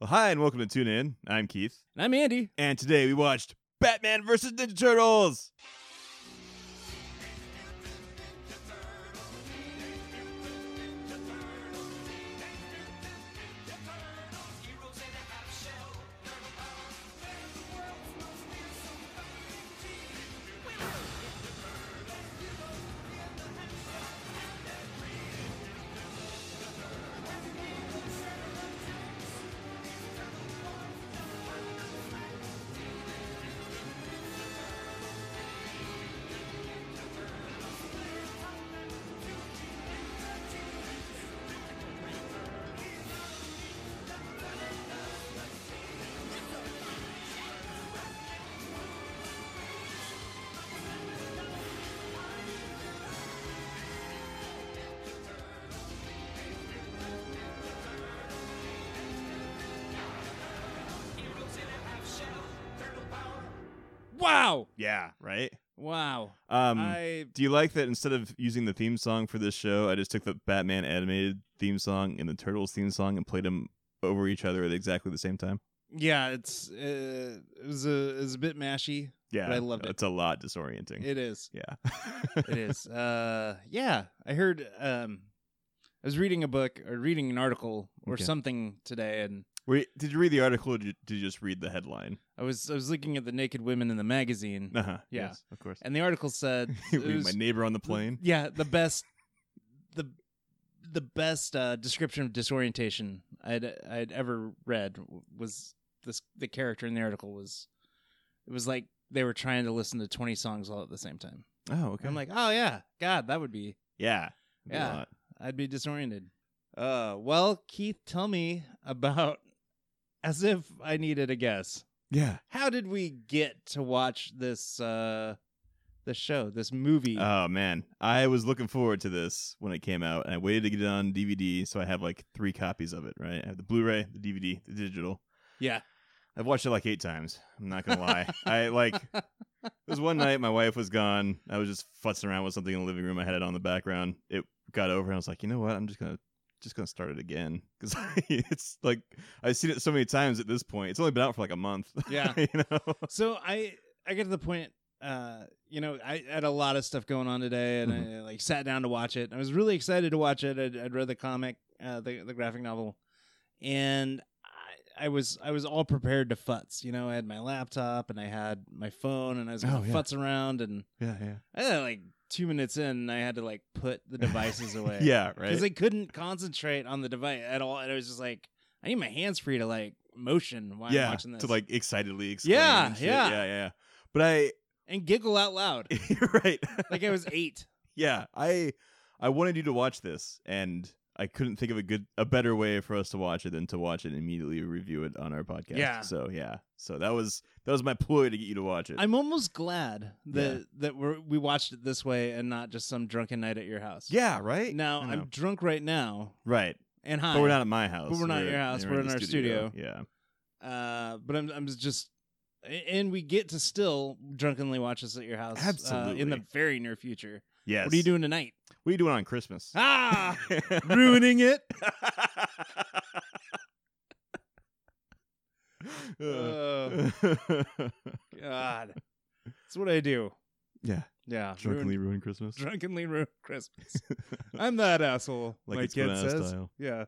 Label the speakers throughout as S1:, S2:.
S1: Well, hi, and welcome to Tune In. I'm Keith.
S2: And I'm Andy.
S1: And today we watched Batman vs. Ninja Turtles.
S2: Wow.
S1: Yeah, right?
S2: Wow.
S1: Um,
S2: I
S1: do you like that instead of using the theme song for this show, I just took the Batman animated theme song and the Turtles theme song and played them over each other at exactly the same time?
S2: yeah, it's uh, it was a it was a bit mashy.
S1: Yeah.
S2: But I loved it.
S1: It's a lot disorienting.
S2: It is.
S1: yeah.
S2: It is. Uh yeah, I heard um I was reading a book or reading an article or
S1: Okay.
S2: something today and
S1: Wait, did you read the article or did you, did you just read the headline?
S2: I was I was looking at the naked women in the magazine
S1: Uh-huh.
S2: Yeah.
S1: Yes, of course.
S2: and the article said
S1: You
S2: it
S1: mean
S2: was-
S1: my neighbor on the plane.
S2: Yeah, the best the the best uh, description of disorientation I'd I'd ever read was this the character in the article was it was like they were trying to listen to 20 songs all at the same time.
S1: Oh, okay.
S2: I'm like, "Oh yeah, god, that would be
S1: yeah. That'd be a
S2: Yeah.
S1: lot.
S2: I'd be disoriented." Uh, well, Keith, tell me about as if I needed a guess.
S1: Yeah.
S2: How did we get to watch this uh this show, this movie?
S1: Oh man, I was looking forward to this when it came out, and I waited to get it on DVD, so I have like three copies of it. Right, I have the Blu-ray, the DVD, the digital.
S2: yeah.
S1: I've watched it like eight times. I'm not gonna lie. I like. It was one night my wife was gone. I was just futzing around with something in the living room. I had it on the background. It got over, and I was like, you know what? I'm just gonna just gonna start it again because it's like I've seen it so many times at this point. It's only been out for like a month.
S2: Yeah.
S1: you know.
S2: so I I get to the point. Uh, you know, I had a lot of stuff going on today, and
S1: Mm-hmm.
S2: I like sat down to watch it. I was really excited to watch it. I'd, I'd read the comic, uh, the the graphic novel, and I, I was I was all prepared to futz. You know, I had my laptop and I had my phone, and I was going
S1: Oh,
S2: to
S1: yeah.
S2: futz around. And
S1: Yeah, yeah,
S2: I had, like two minutes in, I had to like put the devices away.
S1: yeah.
S2: because
S1: Right.
S2: I couldn't concentrate on the device at all, and I was just like, I need my hands free to like motion while I'm
S1: yeah,
S2: watching this
S1: to like excitedly exclaim.
S2: Yeah,
S1: and shit.
S2: yeah.
S1: yeah, yeah. But I
S2: and giggle out loud.
S1: You're right.
S2: like I was eight.
S1: yeah, I I wanted you to watch this, and I couldn't think of a good, a better way for us to watch it than to watch it and immediately review it on our podcast.
S2: Yeah.
S1: So yeah, so that was that was my ploy to get you to watch it.
S2: I'm almost glad that
S1: Yeah.
S2: that we we watched it this way and not just some drunken night at your house.
S1: yeah, right.
S2: Now
S1: I know.
S2: I'm drunk right now
S1: right,
S2: and high.
S1: but we're not at my house.
S2: But we're not at your house, we're in
S1: the
S2: our
S1: Yeah.
S2: Uh, but I'm I'm just. And we get to still drunkenly watch this at your house uh, in the
S1: Absolutely.
S2: very near future.
S1: Yes.
S2: What are you doing tonight?
S1: What are you doing on Christmas?
S2: Ah, ruining it.
S1: Uh,
S2: Oh, God, that's what I do.
S1: yeah.
S2: Yeah,
S1: Drunkenly
S2: ruin-
S1: ruin Christmas.
S2: drunkenly ruin Christmas. I'm that asshole.
S1: Like
S2: my
S1: it's
S2: kid
S1: banana
S2: says.
S1: style.
S2: Yeah,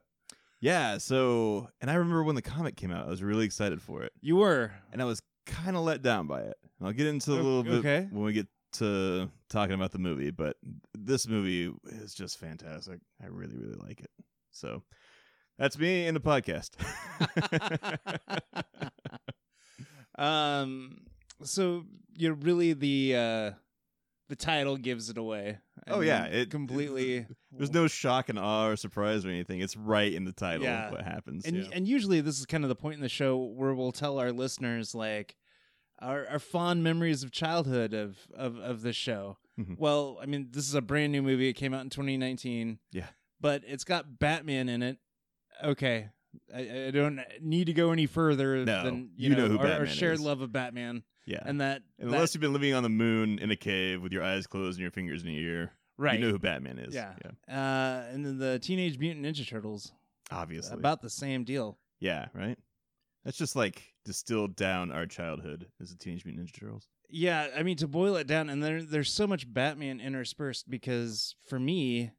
S1: Yeah, so and I remember when the comic came out, I was really excited for it,
S2: you were.
S1: and I was kind of let down by it. And I'll get into a
S2: O-
S1: little bit
S2: okay.
S1: when we get to talking about the movie, but this movie is just fantastic. I really, really like it. So that's me in the podcast.
S2: um so you're really the uh the title gives it away I
S1: Oh, yeah,
S2: mean,
S1: it-
S2: completely
S1: There's no shock and awe or surprise or anything. It's right in the title
S2: Yeah.
S1: of what happens.
S2: and
S1: yeah.
S2: and usually this is kind of the point in the show where we'll tell our listeners like our, our fond memories of childhood of of of the show
S1: Mhm.
S2: well i mean this is a brand new movie it came out in 2019
S1: Yeah.
S2: but it's got batman in it okay I, I don't need to go any further
S1: No,
S2: than
S1: you know who
S2: our, our
S1: Batman
S2: shared
S1: is.
S2: love of Batman.
S1: yeah.
S2: and that
S1: Unless
S2: that,
S1: you've been living on the moon in a cave with your eyes closed and your fingers in your ear,
S2: right,
S1: you know who Batman is.
S2: Yeah. uh, and then the Teenage Mutant Ninja Turtles,
S1: Obviously.
S2: about the same deal.
S1: yeah, right? That's just like distilled down our childhood as a Teenage Mutant Ninja Turtles.
S2: Yeah, I mean to boil it down, and there there's so much Batman interspersed because for me,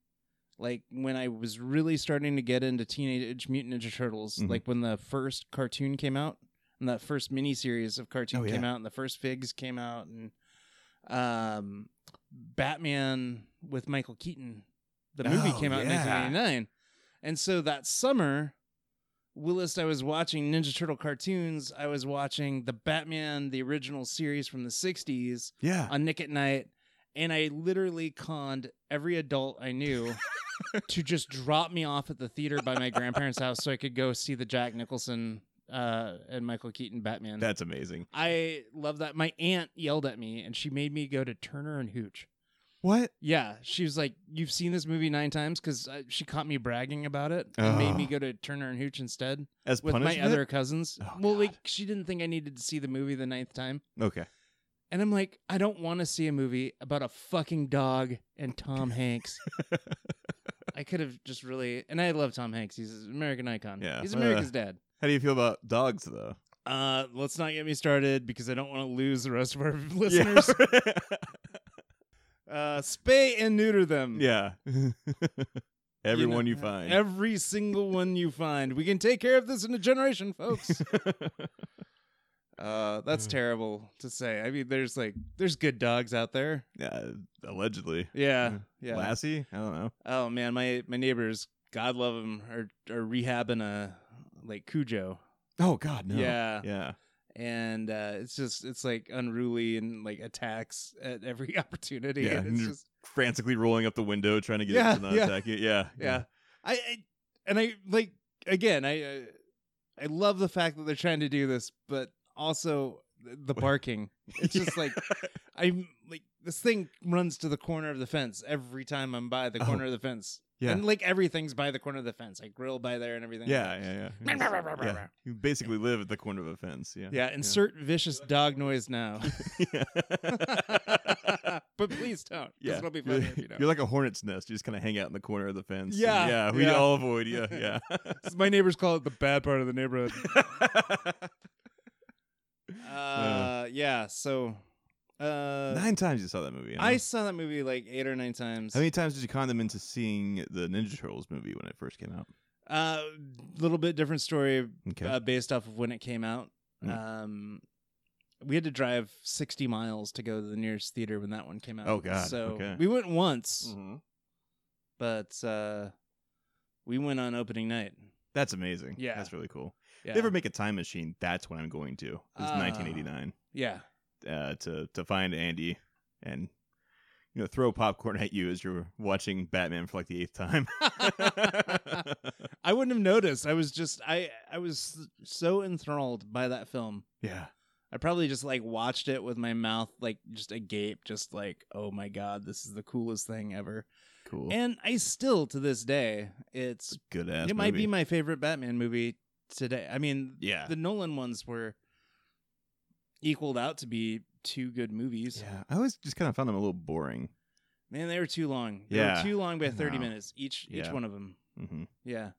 S2: like when I was really starting to get into Teenage Mutant Ninja Turtles,
S1: Mhm.
S2: like when the first cartoon came out and that first miniseries of cartoon
S1: Oh,
S2: came
S1: yeah.
S2: out and the first figs came out and um, Batman with Michael Keaton, the movie
S1: Oh,
S2: came out in
S1: yeah.
S2: 1989, and so that summer Willis, I was watching Ninja Turtle cartoons. I was watching the Batman, the original series from the 60s
S1: Yeah.
S2: on Nick at Night. And I literally conned every adult I knew to just drop me off at the theater by my grandparents' house so I could go see the Jack Nicholson uh, and Michael Keaton Batman.
S1: That's amazing.
S2: I love that. My aunt yelled at me and she made me go to Turner and Hooch.
S1: What?
S2: Yeah, she was like, "You've seen this movie nine times because she caught me bragging about it and made me
S1: Ugh.
S2: go to Turner and Hooch instead
S1: As
S2: with
S1: punishment?
S2: my other cousins."
S1: Oh,
S2: well,
S1: God.
S2: like she didn't think I needed to see the movie the ninth time,
S1: Okay.
S2: and I'm like, I don't want to see a movie about a fucking dog and Tom Hanks. I could have just really, and I love Tom Hanks. He's an American icon.
S1: Yeah,
S2: he's
S1: uh,
S2: America's dad.
S1: How do you feel about dogs though?
S2: Uh, let's not get me started because I don't want to lose the rest of our listeners.
S1: Listeners?
S2: Uh, spay and neuter them.
S1: Yeah. Everyone you,
S2: know,
S1: find.
S2: Every single one you find. We can take care of this in a generation, folks. uh, that's
S1: Mm.
S2: terrible to say. I mean, there's like there's good dogs out there.
S1: yeah, allegedly.
S2: Yeah,
S1: Mm.
S2: yeah.
S1: Lassie? I don't know.
S2: Oh man, my my neighbors, God love them, are are rehabbing a like Cujo.
S1: Oh God, no.
S2: Yeah.
S1: Yeah.
S2: And uh, it's just it's like unruly and like attacks at every opportunity.
S1: Yeah, and
S2: and it's
S1: you're-
S2: just
S1: Frantically rolling up the window trying to get
S2: Yeah,
S1: it to not
S2: yeah.
S1: attack you. Yeah.
S2: yeah. I, I and I like again. I uh, I love the fact that they're trying to do this, but also th- the barking. It's just like I'm like this thing runs to the corner of the fence every time I'm by the
S1: Oh.
S2: corner of the fence.
S1: Yeah.
S2: and like everything's by the corner of the fence. I grill by there and everything.
S1: Yeah, yeah, yeah. Yeah. You basically live at the corner of a fence. Yeah.
S2: Yeah, insert vicious dog noise now.
S1: Yeah.
S2: but please don't. Yeah. It'll be funny
S1: you're,
S2: if you don't.
S1: you're like a hornet's nest. You just kind of hang out in the corner of the fence. and
S2: Yeah,
S1: yeah. We
S2: yeah.
S1: all avoid you. Yeah,
S2: My neighbors call it the bad part of the neighborhood. Uh, yeah. So, uh,
S1: Nine times you saw that movie. huh?
S2: I saw that movie like eight or nine times.
S1: How many times did you con them into seeing the Ninja Turtles movie when it first came out?
S2: a Uh, little bit different story
S1: Okay.
S2: uh, based off of when it came out.
S1: Mm.
S2: Um, we had to drive sixty miles to go to the nearest theater when that one came out.
S1: Oh, God,
S2: So
S1: okay. Mm.
S2: we went once, but uh, we went on opening night.
S1: That's amazing.
S2: Yeah.
S1: That's really cool.
S2: Yeah.
S1: If they ever make a time machine, that's what I'm going to. It's
S2: Ah.
S1: 1989
S2: yeah.
S1: uh, to to find Andy and you know throw popcorn at you as you're watching Batman for like the eighth time.
S2: I wouldn't have noticed. I was just I I was so enthralled by that film.
S1: yeah.
S2: I probably just like watched it with my mouth like just agape, just like, oh my god, this is the coolest thing ever.
S1: Cool.
S2: And I still to this day, it's
S1: Good ass.
S2: it might
S1: movie.
S2: be my favorite Batman movie today. I mean,
S1: yeah.
S2: the Nolan ones were equaled out to be two good movies.
S1: yeah. I always just kind of found them a little boring.
S2: Man, they were too long. They
S1: Yeah.
S2: were too long by thirty
S1: No.
S2: minutes each. Each
S1: Yeah.
S2: one of them.
S1: hmm
S2: Yeah.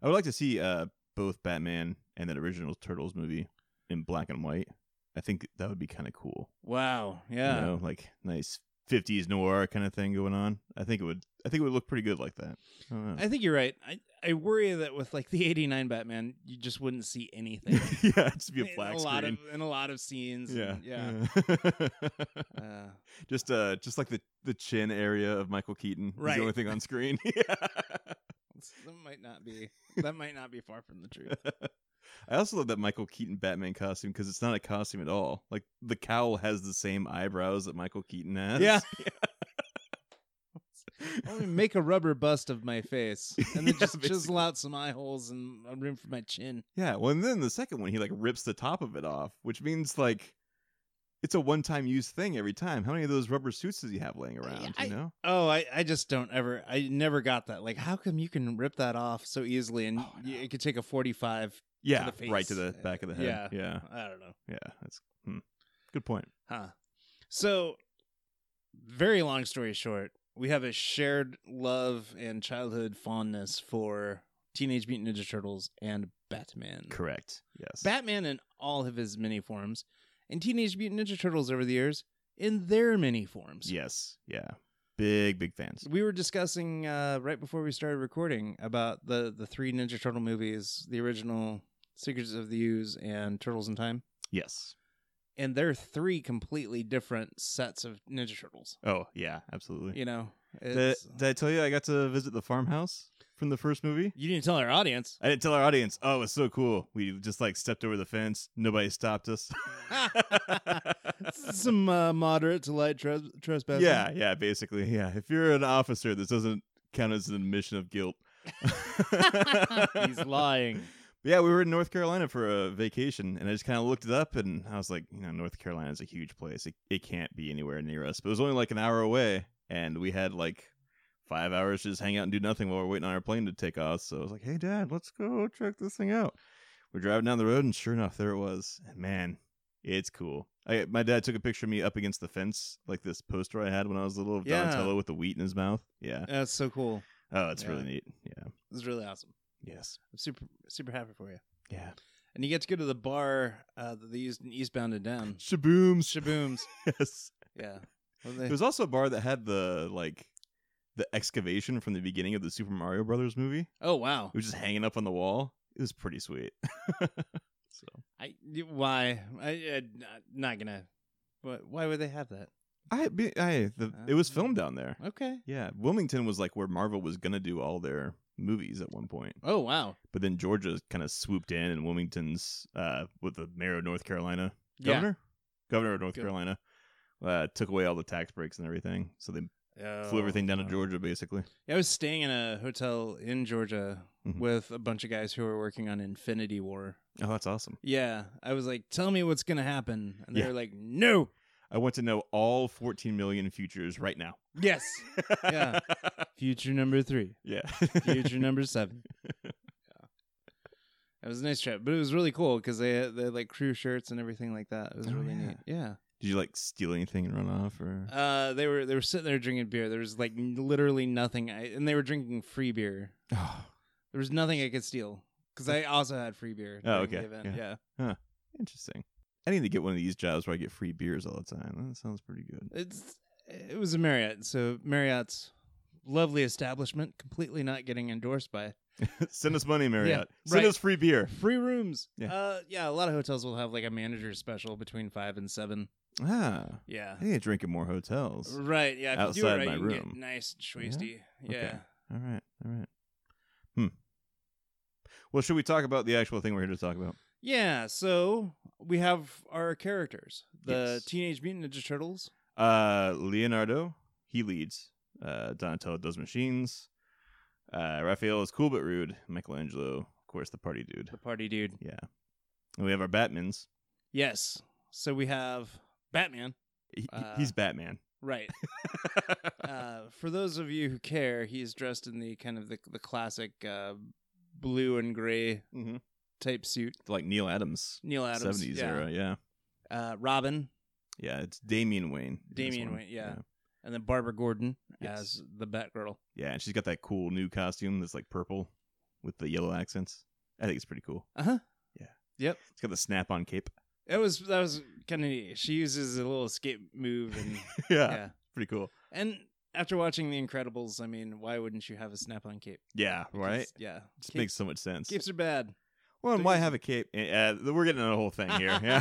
S1: I would like to see uh, both Batman and that original Turtles movie in black and white. I think that would be kind of cool.
S2: Wow.
S1: you
S2: Yeah.
S1: know, like nice fifties noir kind of thing going on. I think it would. I think it would look pretty good like that. I don't know.
S2: I think you're right. I I worry that with like the '89 Batman, you just wouldn't see anything.
S1: yeah, it'd just be a
S2: In
S1: black
S2: lot
S1: screen.
S2: of in a lot of scenes.
S1: yeah,
S2: and- yeah. Uh,
S1: just uh, just like the the chin area of Michael Keaton. is
S2: Right.
S1: the only thing on screen. yeah.
S2: that might not be that might not be far from the truth.
S1: I also love that Michael Keaton Batman costume because it's not a costume at all. Like the cowl has the same eyebrows that Michael Keaton has.
S2: Yeah. I want to make a rubber bust of my face and then
S1: Yeah,
S2: just
S1: basically.
S2: chisel out some eye holes and a room for my chin.
S1: Yeah, well, and then the second one, he like rips the top of it off, which means like it's a one-time use thing every time. How many of those rubber suits does he have laying around?
S2: I-
S1: you know,
S2: Oh, I, I just don't ever I never got that. Like, how come you can rip that off so easily and
S1: Oh, I
S2: y-
S1: know.
S2: it could take a forty-five?
S1: yeah,
S2: the
S1: right to the
S2: face.
S1: back of the head. Yeah, yeah,
S2: I don't know.
S1: that's hmm. good point.
S2: Huh. So, very long story short, we have a shared love and childhood fondness for Teenage Mutant Ninja Turtles and Batman.
S1: Correct. Yes.
S2: Batman in all of his many forms, and Teenage Mutant Ninja Turtles over the years in their many forms.
S1: yes. Yeah. Big big fans.
S2: We were discussing uh, right before we started recording about the the three Ninja Turtle movies, the original Secrets of the Ooze and Turtles in Time,
S1: Yes.
S2: and they're three completely different sets of Ninja Turtles.
S1: Oh yeah. Absolutely.
S2: You know,
S1: Did,
S2: it's, uh,
S1: did I tell you I got to visit the farmhouse from the first movie?
S2: you didn't tell our audience.
S1: I didn't tell our audience. Oh, it was so cool. We just like stepped over the fence. Nobody stopped us.
S2: Some uh, moderate to light tres- trespassing.
S1: yeah, yeah, basically. Yeah. If you're an officer, this doesn't count as an admission of guilt.
S2: he's lying.
S1: Yeah, we were in North Carolina for a vacation, and I just kind of looked it up, and I was like, you know, North Carolina is a huge place. It, it can't be anywhere near us. But it was only like an hour away, and we had like five hours to just hang out and do nothing while we are waiting on our plane to take off. So I was like, hey, Dad, let's go check this thing out. We're driving down the road, and sure enough, there it was. And man, it's cool. I, my dad took a picture of me up against the fence, like this poster I had when I was little of
S2: Yeah.
S1: Donatello with the wheat in his mouth. Yeah.
S2: That's so cool.
S1: Oh, it's really
S2: Yeah.
S1: neat. Yeah.
S2: It's really awesome.
S1: Yes.
S2: I'm super super happy for you.
S1: Yeah.
S2: And you get to go to the bar uh, that they used in Eastbound and Down.
S1: Shabooms.
S2: Shabooms.
S1: Yes.
S2: yeah. What they-
S1: There was also a bar that had the like the excavation from the beginning of the Super Mario Brothers movie. It
S2: oh wow.
S1: was just hanging up on the wall. It was pretty sweet. so
S2: I y- why I, I not gonna. But why would they have that?
S1: I, be- I the, uh, it was filmed down there.
S2: Okay.
S1: Yeah, Wilmington was like where Marvel was gonna do all their movies at one point,
S2: Oh wow.
S1: but then Georgia kind of swooped in, and Wilmington's uh, with the mayor of North Carolina, governor, governor of North
S2: Go-
S1: Carolina, uh, took away all the tax breaks and everything, so they
S2: Yeah.
S1: flew everything down to
S2: Oh.
S1: Georgia basically.
S2: Yeah, I was staying in a hotel in Georgia
S1: Mhm.
S2: with a bunch of guys who were working on Infinity War.
S1: Oh, that's awesome.
S2: Yeah, I was like, "Tell me what's gonna happen," and they
S1: Yeah.
S2: were like, "No."
S1: I want to know all 14 million futures right now.
S2: Yes. Yeah. Future number three.
S1: yeah.
S2: Future number seven. It was a nice trip, but it was really cool because they had, they had like crew shirts and everything like that. It was
S1: Oh,
S2: really
S1: yeah.
S2: neat. Yeah,
S1: Did you like steal anything and run off or?
S2: uh, they were they were sitting there drinking beer. There was like n- literally nothing, I, and they were drinking free beer.
S1: Oh,
S2: There was nothing I could steal because I also had free beer.
S1: Oh,
S2: during the
S1: okay.
S2: event.
S1: Yeah.
S2: Yeah.
S1: interesting. I need to get one of these jobs where I get free beers all the time. That sounds pretty good.
S2: it's it was a Marriott, so Marriott's lovely establishment, completely not getting endorsed by
S1: Send us money, Marriott. Send
S2: Uh, right.
S1: us free beer.
S2: free rooms.
S1: Yeah.
S2: uh, yeah. A lot of hotels will have like a manager special between five and seven. Uh,
S1: Ah,
S2: Yeah,
S1: I need to drink at more hotels.
S2: Right. Yeah. If you do
S1: outside
S2: it right,
S1: my
S2: you can
S1: room.
S2: get nice and twisty. Yeah.
S1: Okay. All right, all right. Hmm. Well, should we talk about the actual thing we're here to talk about?
S2: Yeah. So we have our characters, the
S1: Yes.
S2: Teenage Mutant Ninja Turtles.
S1: Uh, Leonardo, he leads. Uh, Donatello does machines. Uh, Raphael is cool but rude. Michelangelo, of course, the party dude.
S2: The party dude.
S1: And we have our Batmans.
S2: Yes. So we have Batman.
S1: He-
S2: Uh,
S1: he's Batman.
S2: Right. uh, for those of you who care, he's dressed in the kind of the, the classic uh, blue and gray
S1: Mhm.
S2: type suit.
S1: Like Neil Adams,
S2: Neil Adams.
S1: 70s
S2: yeah.
S1: era. Yeah.
S2: Uh, Robin
S1: Yeah. It's Damian Wayne. is this
S2: Damian
S1: one.
S2: Wayne, yeah. and then Barbara Gordon
S1: Yes.
S2: as the Batgirl.
S1: Yeah. And she's got that cool new costume that's like purple with the yellow accents. I think it's pretty cool.
S2: Uh huh.
S1: It's got the snap on cape.
S2: That was that was kind of neat. She uses a little escape move and
S1: yeah,
S2: yeah.
S1: Pretty cool.
S2: And after watching The Incredibles, I mean, why wouldn't you have a snap-on cape?
S1: Yeah. Right.
S2: Because- Yeah.
S1: Just
S2: Cape-
S1: makes so much sense.
S2: capes are bad.
S1: Well, and why have a cape? Uh, we're getting on a whole thing here. Yeah.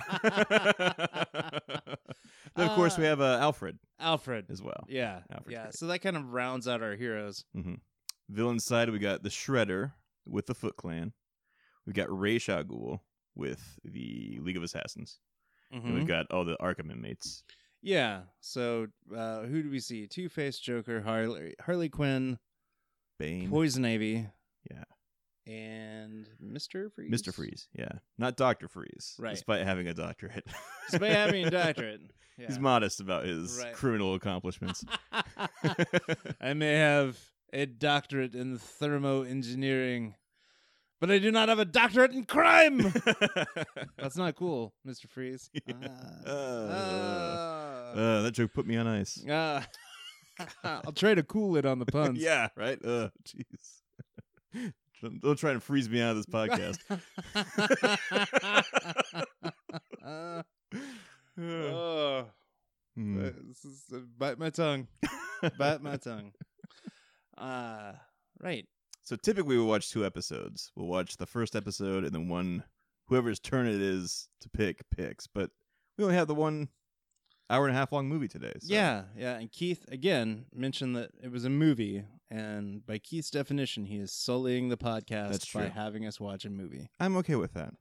S1: then, of course, we have uh, Alfred
S2: Alfred.
S1: as well.
S2: Yeah.
S1: Alfred's
S2: yeah.
S1: great.
S2: So that kind of rounds out our heroes.
S1: Villain side, we got the Shredder with the Foot Clan. We've got Ray Shagul with the League of Assassins. And
S2: Mhm.
S1: we've got all the Arkham inmates.
S2: Yeah. So uh, who do we see? Two Face, Joker, Harley, Harley Quinn,
S1: Bane.
S2: Poison Ivy.
S1: Yeah.
S2: And Mister Freeze.
S1: Mr. Freeze. Yeah. Not Dr. Freeze.
S2: Right.
S1: Despite having a doctorate.
S2: Despite having a doctorate. Yeah.
S1: He's modest about his
S2: Right.
S1: criminal accomplishments. Uh,
S2: I may have a doctorate in thermo engineering, but I do not have a doctorate in crime. That's not cool, Mister Freeze.
S1: Yeah.
S2: Ah.
S1: Uh,
S2: Ah.
S1: uh, that joke put me on ice.
S2: Ah. I'll try to cool it on the puns.
S1: yeah, right? Uh, jeez. Don't, don't try and freeze me out of this podcast.
S2: Uh,
S1: Uh,
S2: oh,
S1: hmm.
S2: this is, uh, bite my tongue. bite my tongue. Uh, right.
S1: So typically we watch two episodes. We'll watch the first episode and then one whoever's turn it is to pick picks. But we only have the one hour and a half long movie today. So
S2: Yeah, yeah. And Keith, again, mentioned that it was a movie. And by Keith's definition, he is sullying the podcast
S1: That's
S2: by
S1: true.
S2: having us watch a movie.
S1: I'm okay with that.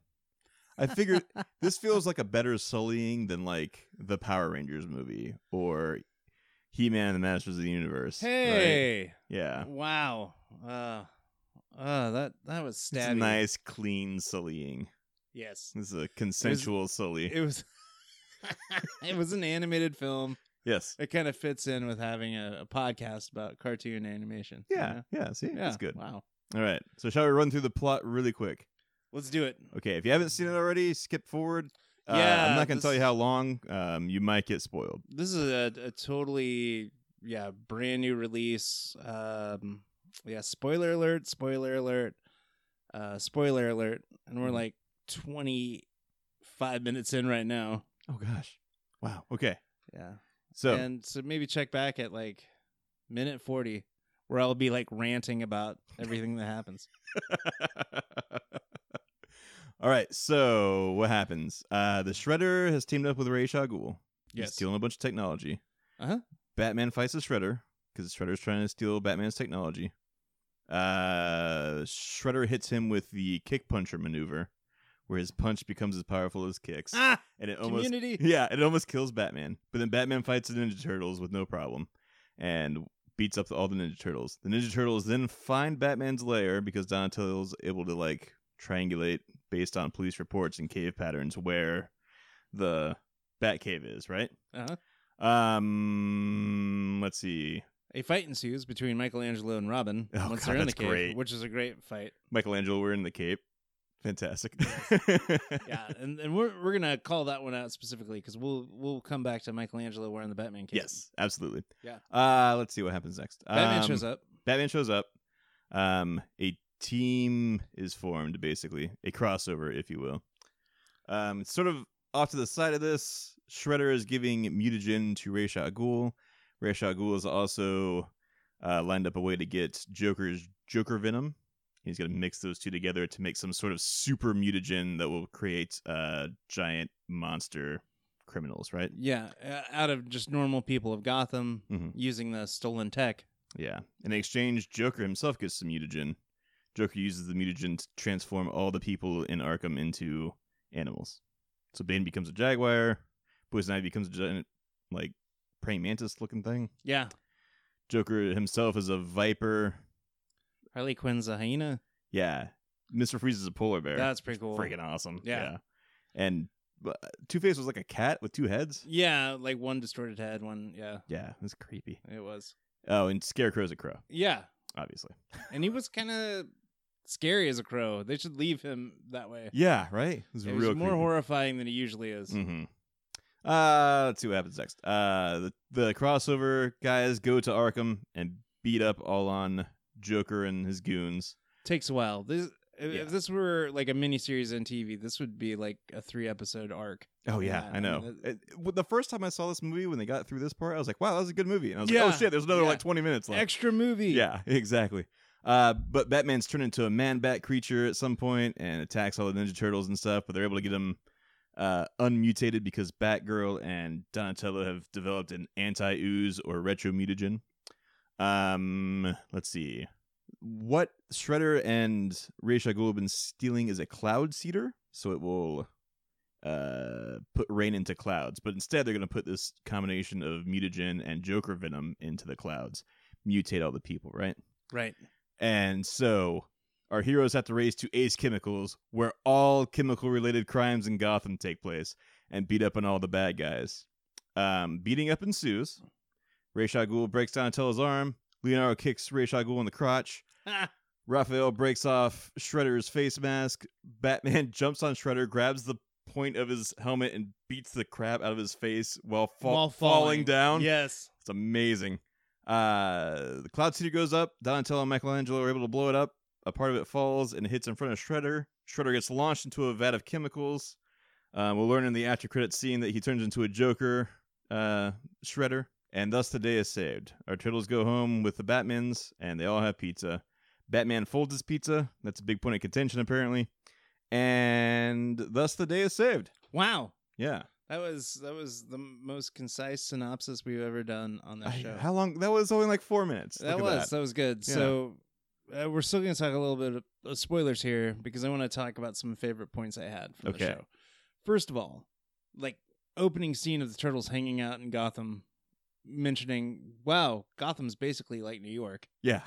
S1: I figured this feels like a better sullying than like the Power Rangers movie or He Man and the Masters of the Universe. right?
S2: Hey!
S1: Yeah.
S2: Wow. Uh, uh, that, that was
S1: It's a
S2: stabby.
S1: nice, clean sullying.
S2: Yes.
S1: This is a consensual sully.
S2: It was. it was an animated film.
S1: yes.
S2: It kind of fits in with having a, a podcast about cartoon animation. you
S1: Yeah.
S2: know?
S1: Yeah. See, that's good.
S2: Wow.
S1: All right. So, shall we run through the plot really quick?
S2: Let's do it.
S1: Okay, if you haven't seen it already, skip forward. Uh,
S2: Yeah,
S1: I'm not going to tell
S2: this-
S1: you how long. Um, you might get spoiled.
S2: This is a, a totally yeah brand new release. Um, yeah, spoiler alert! Spoiler alert! Uh, spoiler alert! And we're
S1: Mhm.
S2: like twenty five minutes in right now.
S1: Oh gosh, wow. Okay,
S2: Yeah,
S1: so
S2: and so maybe check back at like minute forty, where I'll be like ranting about everything that happens.
S1: all right. So what happens? Uh, the Shredder has teamed up with Ray Shagul. He's stealing a bunch of technology.
S2: Uh-huh.
S1: Batman fights the Shredder because Shredder's trying to steal Batman's technology. Uh, Shredder hits him with the kick puncher maneuver, where his punch becomes as powerful as kicks,
S2: Ah,
S1: and it almost
S2: community.
S1: Yeah, it almost kills Batman. But then Batman fights the Ninja Turtles with no problem and beats up all the Ninja Turtles. The Ninja Turtles then find Batman's lair because Donatello's able to like triangulate based on police reports and cave patterns where the Batcave is, right?
S2: Uh-huh.
S1: Um let's see.
S2: A fight ensues between Michelangelo and Robin
S1: Oh,
S2: once
S1: God,
S2: they're in the
S1: that's
S2: cave,
S1: great.
S2: which is a great fight.
S1: Michelangelo wearing the cape. Fantastic.
S2: yeah, and, and we're we're gonna call that one out specifically because we'll we'll come back to Michelangelo wearing the Batman cape.
S1: Yes, absolutely.
S2: Yeah.
S1: Uh let's see what happens next.
S2: Batman
S1: Um,
S2: shows up.
S1: Batman shows up. Um, a team is formed, basically a crossover, if you will. Um, it's sort of off to the side of this, Shredder is giving mutagen to Ra's al Ghul. Ra's al Ghul is also uh, lined up a way to get Joker's Joker Venom. He's going to mix those two together to make some sort of super mutagen that will create uh, giant monster criminals, right?
S2: Yeah, uh, out of just normal people of Gotham
S1: Mm-hmm.
S2: using the stolen tech.
S1: Yeah. In exchange, Joker himself gets some mutagen. Joker uses the mutagen to transform all the people in Arkham into animals. So Bane becomes a jaguar. Poison Ivy becomes a giant, like, praying mantis looking thing.
S2: Yeah,
S1: Joker himself is a viper.
S2: Harley Quinn's a hyena.
S1: Yeah. Mr. Freeze is a polar bear.
S2: That's pretty cool.
S1: freaking awesome.
S2: Yeah.
S1: yeah. And Two Face was like a cat with two heads.
S2: Yeah, like one distorted head, one. Yeah,
S1: Yeah, that's creepy.
S2: it was.
S1: Oh, and Scarecrow's a crow,
S2: Yeah,
S1: obviously.
S2: and he was kind of scary as a crow. They should leave him that way.
S1: Yeah, right? It was
S2: It
S1: real
S2: was more
S1: creepy.
S2: horrifying than he usually is.
S1: Mm-hmm. Uh, let's see what happens next. Uh, the, the crossover guys go to Arkham and beat up all on Joker and his goons.
S2: Takes a while. This if,
S1: Yeah.
S2: if this were like a miniseries on TV, this would be like a three episode arc.
S1: Oh
S2: yeah,
S1: I know.
S2: I mean,
S1: It- well, the first time I saw this movie, when they got through this part, I was like, "Wow, that was a good movie." And I was like,
S2: Yeah,
S1: "Oh shit, there's another
S2: yeah.
S1: like 20 minutes left."
S2: Extra movie.
S1: Yeah, exactly. Uh, but Batman's turned into a man bat creature at some point and attacks all the Ninja Turtles and stuff, but they're able to get him uh, unmutated because Batgirl and Donatello have developed an anti ooze or retro mutagen. Um, let's see. What Shredder and Ra's al Ghul have been stealing is a cloud seeder, so it will uh, put rain into clouds. But instead, they're going to put this combination of mutagen and Joker venom into the clouds mutate all the people, right?
S2: Right.
S1: And so our heroes have to race to Ace Chemicals, where all chemical related crimes in Gotham take place, and beat up on all the bad guys. Um, beating up ensues. Ra's al Ghul breaks Donatello's arm. Leonardo kicks Ra's al Ghul in the crotch.
S2: Ah.
S1: Raphael breaks off Shredder's face mask. Batman jumps on Shredder, grabs the point of his helmet, and beats the crap out of his face while, fa-
S2: While falling.
S1: falling down.
S2: Yes.
S1: It's amazing. Uh, the Cloud City goes up. Donatello and Michelangelo are able to blow it up. A part of it falls and hits in front of Shredder. Shredder gets launched into a vat of chemicals. Uh, we'll learn in the after credit scene that he turns into a Joker uh, Shredder, and thus the day is saved. Our turtles go home with the Batmans, and they all have pizza. Batman folds his pizza. That's a big point of contention, apparently. And thus the day is saved.
S2: Wow.
S1: Yeah.
S2: That was that was the m- most concise synopsis we've ever done on this
S1: I-
S2: show.
S1: how long? That was only like four minutes.
S2: that
S1: Look at
S2: was that. was good.
S1: Yeah.
S2: So uh, we're still going to talk a little bit of uh, spoilers here because I want to talk about some favorite points I had from the
S1: Okay.
S2: show. First of all, like opening scene of the turtles hanging out in Gotham, mentioning, "Wow, Gotham's basically like New York."
S1: Yeah.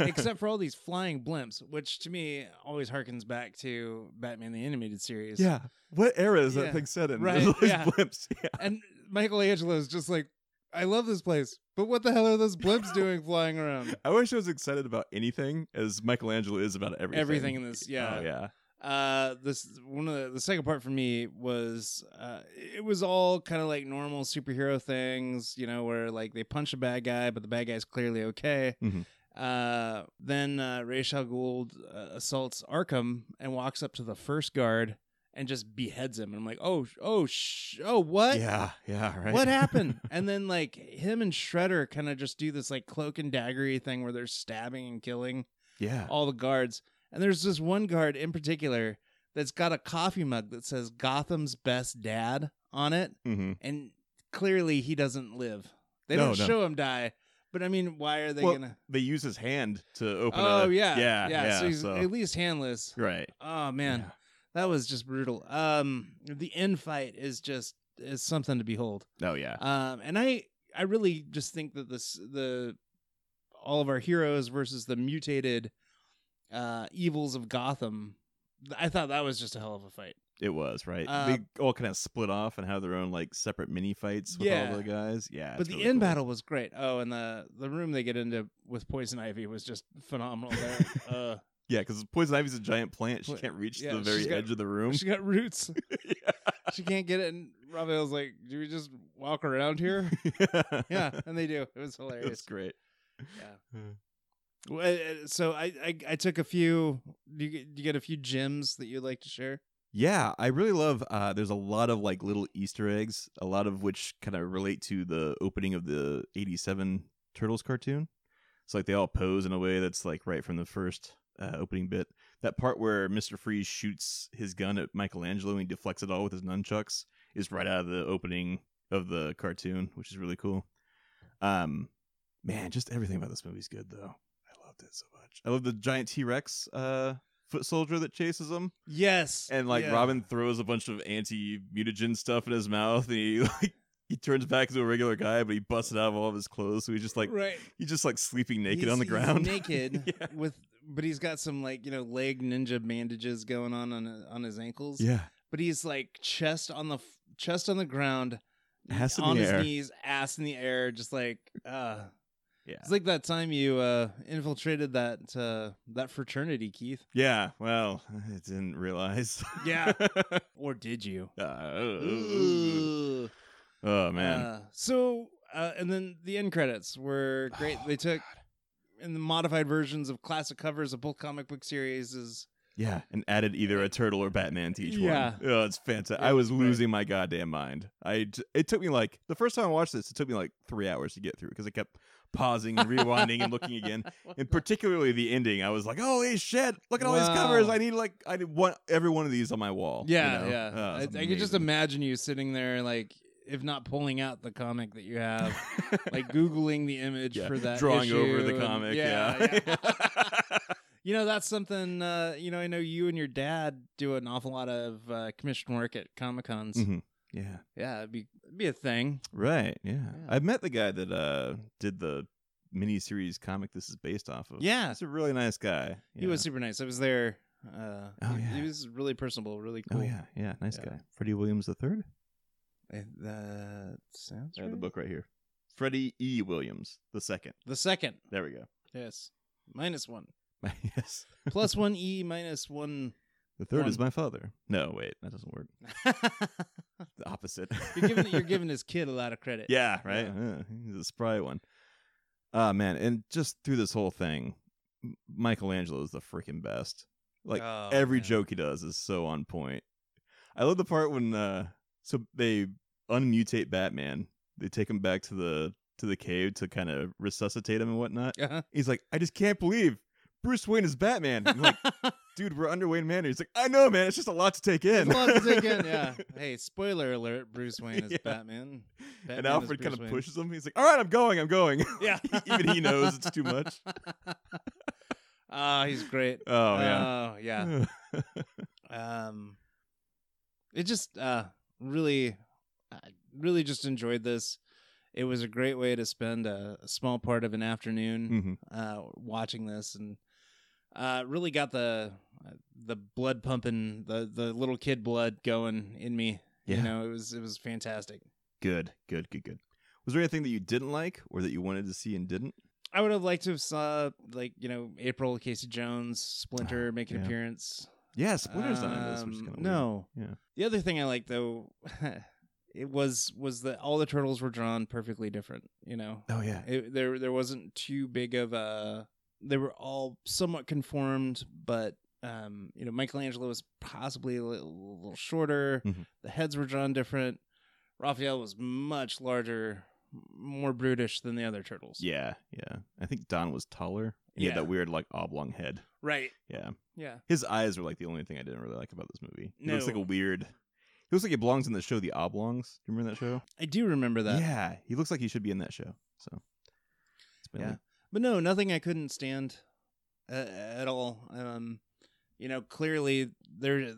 S2: except for all these flying blimps, which to me always harkens back to Batman the Animated Series.
S1: yeah. What era is
S2: Yeah.
S1: that thing set in?
S2: Right,
S1: There's all these
S2: yeah.
S1: blimps. Yeah.
S2: And Michelangelo's just like, I love this place, but what the hell are those blimps doing flying around?
S1: I wish I was excited about anything as Michelangelo is about everything.
S2: Everything in this, yeah.
S1: Oh, yeah.
S2: Uh, this one of the, the second part for me was uh, it was all kind of like normal superhero things, you know, where like they punch a bad guy, but the bad guy's clearly okay.
S1: Mhm.
S2: Uh, then uh, Ra's al Ghul uh, assaults Arkham and walks up to the first guard and just beheads him. And I'm like, oh, sh- oh, sh- oh, what?
S1: Yeah. Yeah. Right.
S2: What happened? and then like him and Shredder kind of just do this like cloak and daggery thing where they're stabbing and killing
S1: yeah.
S2: all the guards. And there's this one guard in particular that's got a coffee mug that says Gotham's best dad on it.
S1: Mm-hmm.
S2: And clearly he doesn't live. They
S1: No,
S2: don't
S1: no.
S2: show him die. But I mean, why are they
S1: Well,
S2: gonna
S1: They use his hand to open a.
S2: Oh yeah.
S1: Yeah.
S2: Yeah. so he's
S1: so-
S2: at least handless.
S1: Right.
S2: Oh man.
S1: Yeah.
S2: That was just brutal. Um the end fight is just is something to behold.
S1: Oh, yeah.
S2: Um, and I I really just think that this the all of our heroes versus the mutated uh, evils of Gotham. th- I thought that was just a hell of a fight.
S1: It was, right?
S2: uh,
S1: they all kind of split off and have their own, like, separate mini fights with
S2: Yeah.
S1: all the guys. Yeah.
S2: but
S1: it's
S2: the
S1: really
S2: end
S1: cool.
S2: battle was great. Oh, and the the room they get into with Poison Ivy was just phenomenal. There. uh,
S1: Yeah, because Poison Ivy's a giant plant. She
S2: Pla-
S1: can't reach
S2: yeah,
S1: the
S2: she's
S1: very
S2: got-
S1: edge of the room.
S2: she got roots.
S1: Yeah.
S2: She can't get it. And Raphael's like, "Do we just walk around here?" Yeah, and they do. It was hilarious.
S1: It was great.
S2: Yeah.
S1: Mm.
S2: Well, uh, so I, I I took a few. Do you, get- do you get a few gems that you'd like to share?
S1: Yeah, I really love. Uh, there's a lot of like little Easter eggs, a lot of which kind of relate to the opening of the '87 Turtles cartoon. So like they all pose in a way that's like right from the first uh, opening bit. That part where Mister Freeze shoots his gun at Michelangelo and he deflects it all with his nunchucks is right out of the opening of the cartoon, which is really cool. Um, man, just everything about this movie's good though. I loved it so much. I love the giant T Rex uh, foot soldier that chases him
S2: Yes.
S1: and like
S2: yeah.
S1: Robin throws a bunch of anti mutagen stuff in his mouth, and he like he turns back into a regular guy, but he busted out of all of his clothes, so he's just like
S2: right
S1: he's just like sleeping naked
S2: He's-
S1: on the
S2: he's
S1: ground.
S2: naked
S1: Yeah.
S2: with but he's got some like you know leg ninja bandages going on on, on his ankles.
S1: yeah,
S2: But he's like chest on the f- chest on the ground,
S1: Ass in
S2: on
S1: the
S2: his
S1: air.
S2: knees, ass in the air, just like uh
S1: yeah,
S2: it's like that time you uh infiltrated that uh that fraternity, Keith.
S1: yeah. Well, I didn't realize.
S2: Yeah. Or did you?
S1: Uh, oh man,
S2: Uh, so, uh, and then the end credits were great.
S1: Oh,
S2: they took in the modified versions of classic covers of both comic book series. Is
S1: yeah, and added either a turtle or Batman to each
S2: Yeah.
S1: one. Oh, it's fantastic.
S2: Yeah,
S1: I was
S2: right.
S1: losing my goddamn mind. I j- it took me like the first time I watched this, it took me like three hours to get through because I kept pausing and rewinding and looking again. and particularly the ending, I was like, "Holy shit! Look at all these covers!
S2: Wow.
S1: I need like I need one every one of these on my wall." you
S2: yeah,
S1: know?
S2: yeah.
S1: Oh,
S2: I,
S1: it's
S2: I could just
S1: amazing.
S2: imagine you sitting there, like if not pulling out the comic that you have, like googling the image
S1: Yeah,
S2: for that,
S1: drawing over
S2: issue
S1: the
S2: and-
S1: comic.
S2: yeah.
S1: yeah.
S2: yeah. you know that's something. Uh, you know, I know you and your dad do an awful lot of uh, commission work at comic cons.
S1: Mhm. Yeah.
S2: Yeah, it'd be it'd be a thing.
S1: Right. Yeah.
S2: Yeah.
S1: I met the guy that uh did the miniseries comic this is based off of.
S2: Yeah,
S1: He's a really nice guy.
S2: He
S1: Yeah.
S2: was super nice. I was there. Uh,
S1: Oh,
S2: he- He
S1: yeah.
S2: was really personable, really
S1: Oh
S2: cool.
S1: yeah, yeah, nice
S2: Yeah.
S1: guy. Freddie Williams the third.
S2: I- that sounds
S1: I have the
S2: right.
S1: book right here. Freddie E. Williams the second.
S2: The second.
S1: There we go.
S2: Yes. Minus one.
S1: yes.
S2: Plus one E, minus one.
S1: The third
S2: One.
S1: is my father. No, wait, that doesn't work. The opposite.
S2: you're, giving, you're giving his kid a lot of credit.
S1: Yeah, right. Yeah. he's a spry one. Ah, man, and just through this whole thing, Michelangelo is the freaking best. Like
S2: Oh,
S1: every
S2: man.
S1: joke he does is so on point. I love the part when uh so they unmutate Batman. They take him back to the to the cave to kind of resuscitate him and whatnot.
S2: Uh-huh.
S1: He's like, I just can't believe Bruce Wayne is Batman. I'm like, dude, we're under Wayne Manor. He's like, I know, man. It's just a lot to take in.
S2: There's a lot to take in, yeah. Hey, spoiler alert: Bruce Wayne is
S1: Yeah.
S2: Batman. Batman
S1: and
S2: is
S1: Alfred
S2: Bruce
S1: kind of
S2: Wayne.
S1: pushes him. He's like, all right, I'm going. I'm going. E,
S2: Yeah,
S1: Even he knows it's too much.
S2: Ah, he's great.
S1: Oh, yeah.
S2: Oh, yeah. um it just uh really I really just enjoyed this it was a great way to spend a, a small part of an
S1: Mhm.
S2: afternoon uh watching this and uh really got the uh, the blood pumping the the little kid blood going in me
S1: Yeah.
S2: you know it was it was fantastic
S1: Good, good, good, good. Was there anything that you didn't like or that you wanted to see and didn't?
S2: i would have liked to have saw like you know april casey jones splinter make an
S1: Ah, yeah.
S2: appearance
S1: Yeah, Splinter's not in this, which is
S2: Um,
S1: kind of
S2: no.
S1: Yeah.
S2: The other thing I like though, it was was that all the turtles were drawn perfectly different. You know,
S1: Oh yeah,
S2: it, there there wasn't too big of a. They were all somewhat conformed, but um, you know, Michelangelo was possibly a little, little shorter.
S1: Mhm.
S2: The heads were drawn different. Raphael was much larger, more brutish than the other turtles.
S1: yeah, yeah. I think Don was taller. He had
S2: Yeah.
S1: that weird like oblong head.
S2: Right.
S1: Yeah,
S2: Yeah.
S1: his eyes were like the only thing I didn't really like about this movie. He looks like a
S2: No.
S1: weird. He looks like he belongs in the show The Oblongs. Do you remember that show?
S2: I do remember that.
S1: Yeah, he looks like he should be in that show. So, it's been
S2: Yeah.
S1: like-
S2: But no, nothing I couldn't stand uh, at all. Um, you know, clearly there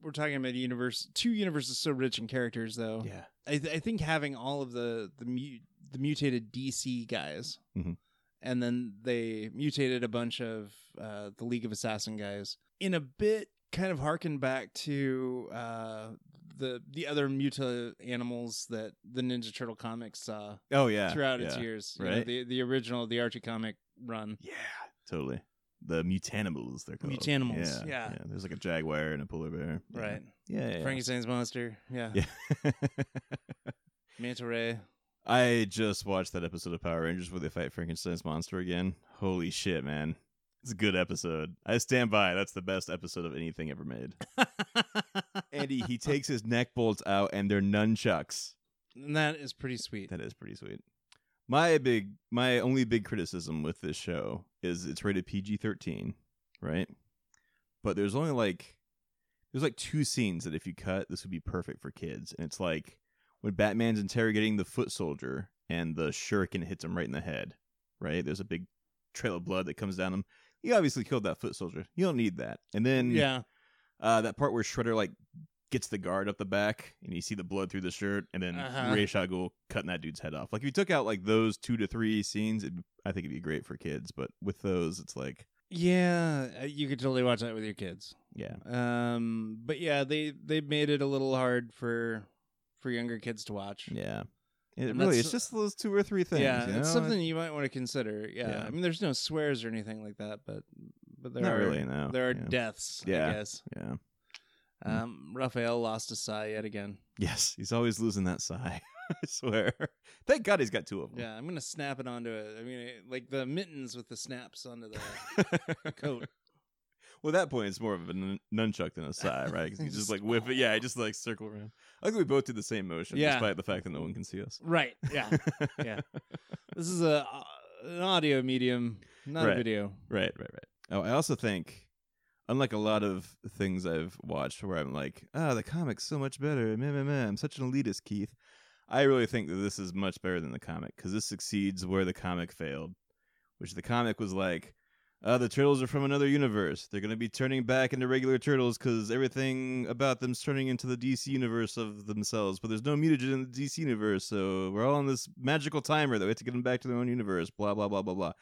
S2: we're talking about a universe two universes so rich in characters though.
S1: yeah,
S2: I, th- I think having all of the the, mu- the mutated DC guys,
S1: Mhm.
S2: and then they mutated a bunch of uh, the League of Assassin guys in a bit kind of harken back to uh, the the other muta animals that the Ninja Turtle comics saw
S1: Oh yeah,
S2: throughout
S1: yeah.
S2: its years. You know,
S1: Right.
S2: the the original, the Archie comic run.
S1: Yeah, totally. The mutanimals, they're called.
S2: Mutanimals,
S1: Yeah,
S2: yeah.
S1: There's like a jaguar and a polar bear. Yeah.
S2: Right.
S1: Yeah. yeah,
S2: Frankenstein's monster. Yeah.
S1: Yeah.
S2: Manta Ray.
S1: I just watched that episode of Power Rangers where they fight Frankenstein's monster again. Holy shit, man. It's a good episode. I stand by. it. That's the best episode of anything ever made. Andy, he takes his neck bolts out and they're nunchucks.
S2: and that is pretty sweet.
S1: That is pretty sweet. My big my only big criticism with this show is it's rated PG-13, right? But there's only like there's like two scenes that if you cut, this would be perfect for kids. And it's like when Batman's interrogating the foot soldier and the shuriken hits him right in the head, right? There's a big trail of blood that comes down him. He obviously killed that foot soldier. You don't need that. And then
S2: yeah.
S1: uh, that part where Shredder like gets the guard up the back, and you see the blood through the shirt, and then
S2: Uh-huh.
S1: Ray Shagul cutting that dude's head off. Like if you took out like those two to three scenes, it'd, I think it'd be great for kids. But with those, it's like,
S2: Yeah, uh, you could totally watch that with your kids.
S1: yeah,
S2: Um, but yeah, they they made it a little hard for for younger kids to watch.
S1: yeah, it
S2: And
S1: really
S2: that's-
S1: it's just those two or three things.
S2: yeah,
S1: you know?
S2: it's something you might want to consider. Yeah.
S1: Yeah.
S2: I mean, there's no swears or anything like that, but but there
S1: Not
S2: are
S1: really, no.
S2: there are
S1: Yeah.
S2: deaths.
S1: Yeah.
S2: I guess.
S1: Yeah. Hmm.
S2: Um, Raphael lost his sigh yet again.
S1: Yes, he's always losing that sigh. I swear. Thank God he's got two of them.
S2: Yeah, I'm gonna snap it onto it. I mean, it- like the mittens with the snaps onto the coat.
S1: Well, at that point, it's more of a nun- nunchuck than a sigh, right? 'Cause you just
S2: Just-
S1: like whip it. Yeah, I just like circle around. I think we both did the same motion,
S2: Yeah.
S1: despite the fact that no one can see us.
S2: Right. Yeah. Yeah. this is a uh, an audio medium, not
S1: Right.
S2: a video.
S1: Right, right, right. Oh, I also think, unlike a lot of things I've watched where I'm like, ah, the comic's so much better. Meh, meh, meh. I'm such an elitist, Keith. I really think that this is much better than the comic because this succeeds where the comic failed, which the comic was like, uh, the turtles are from another universe. They're going to be turning back into regular turtles because everything about them's turning into the DC universe of themselves. But there's no mutagen in the DC universe, so we're all in this magical timer that we have to get them back to their own universe. Blah blah blah blah blah.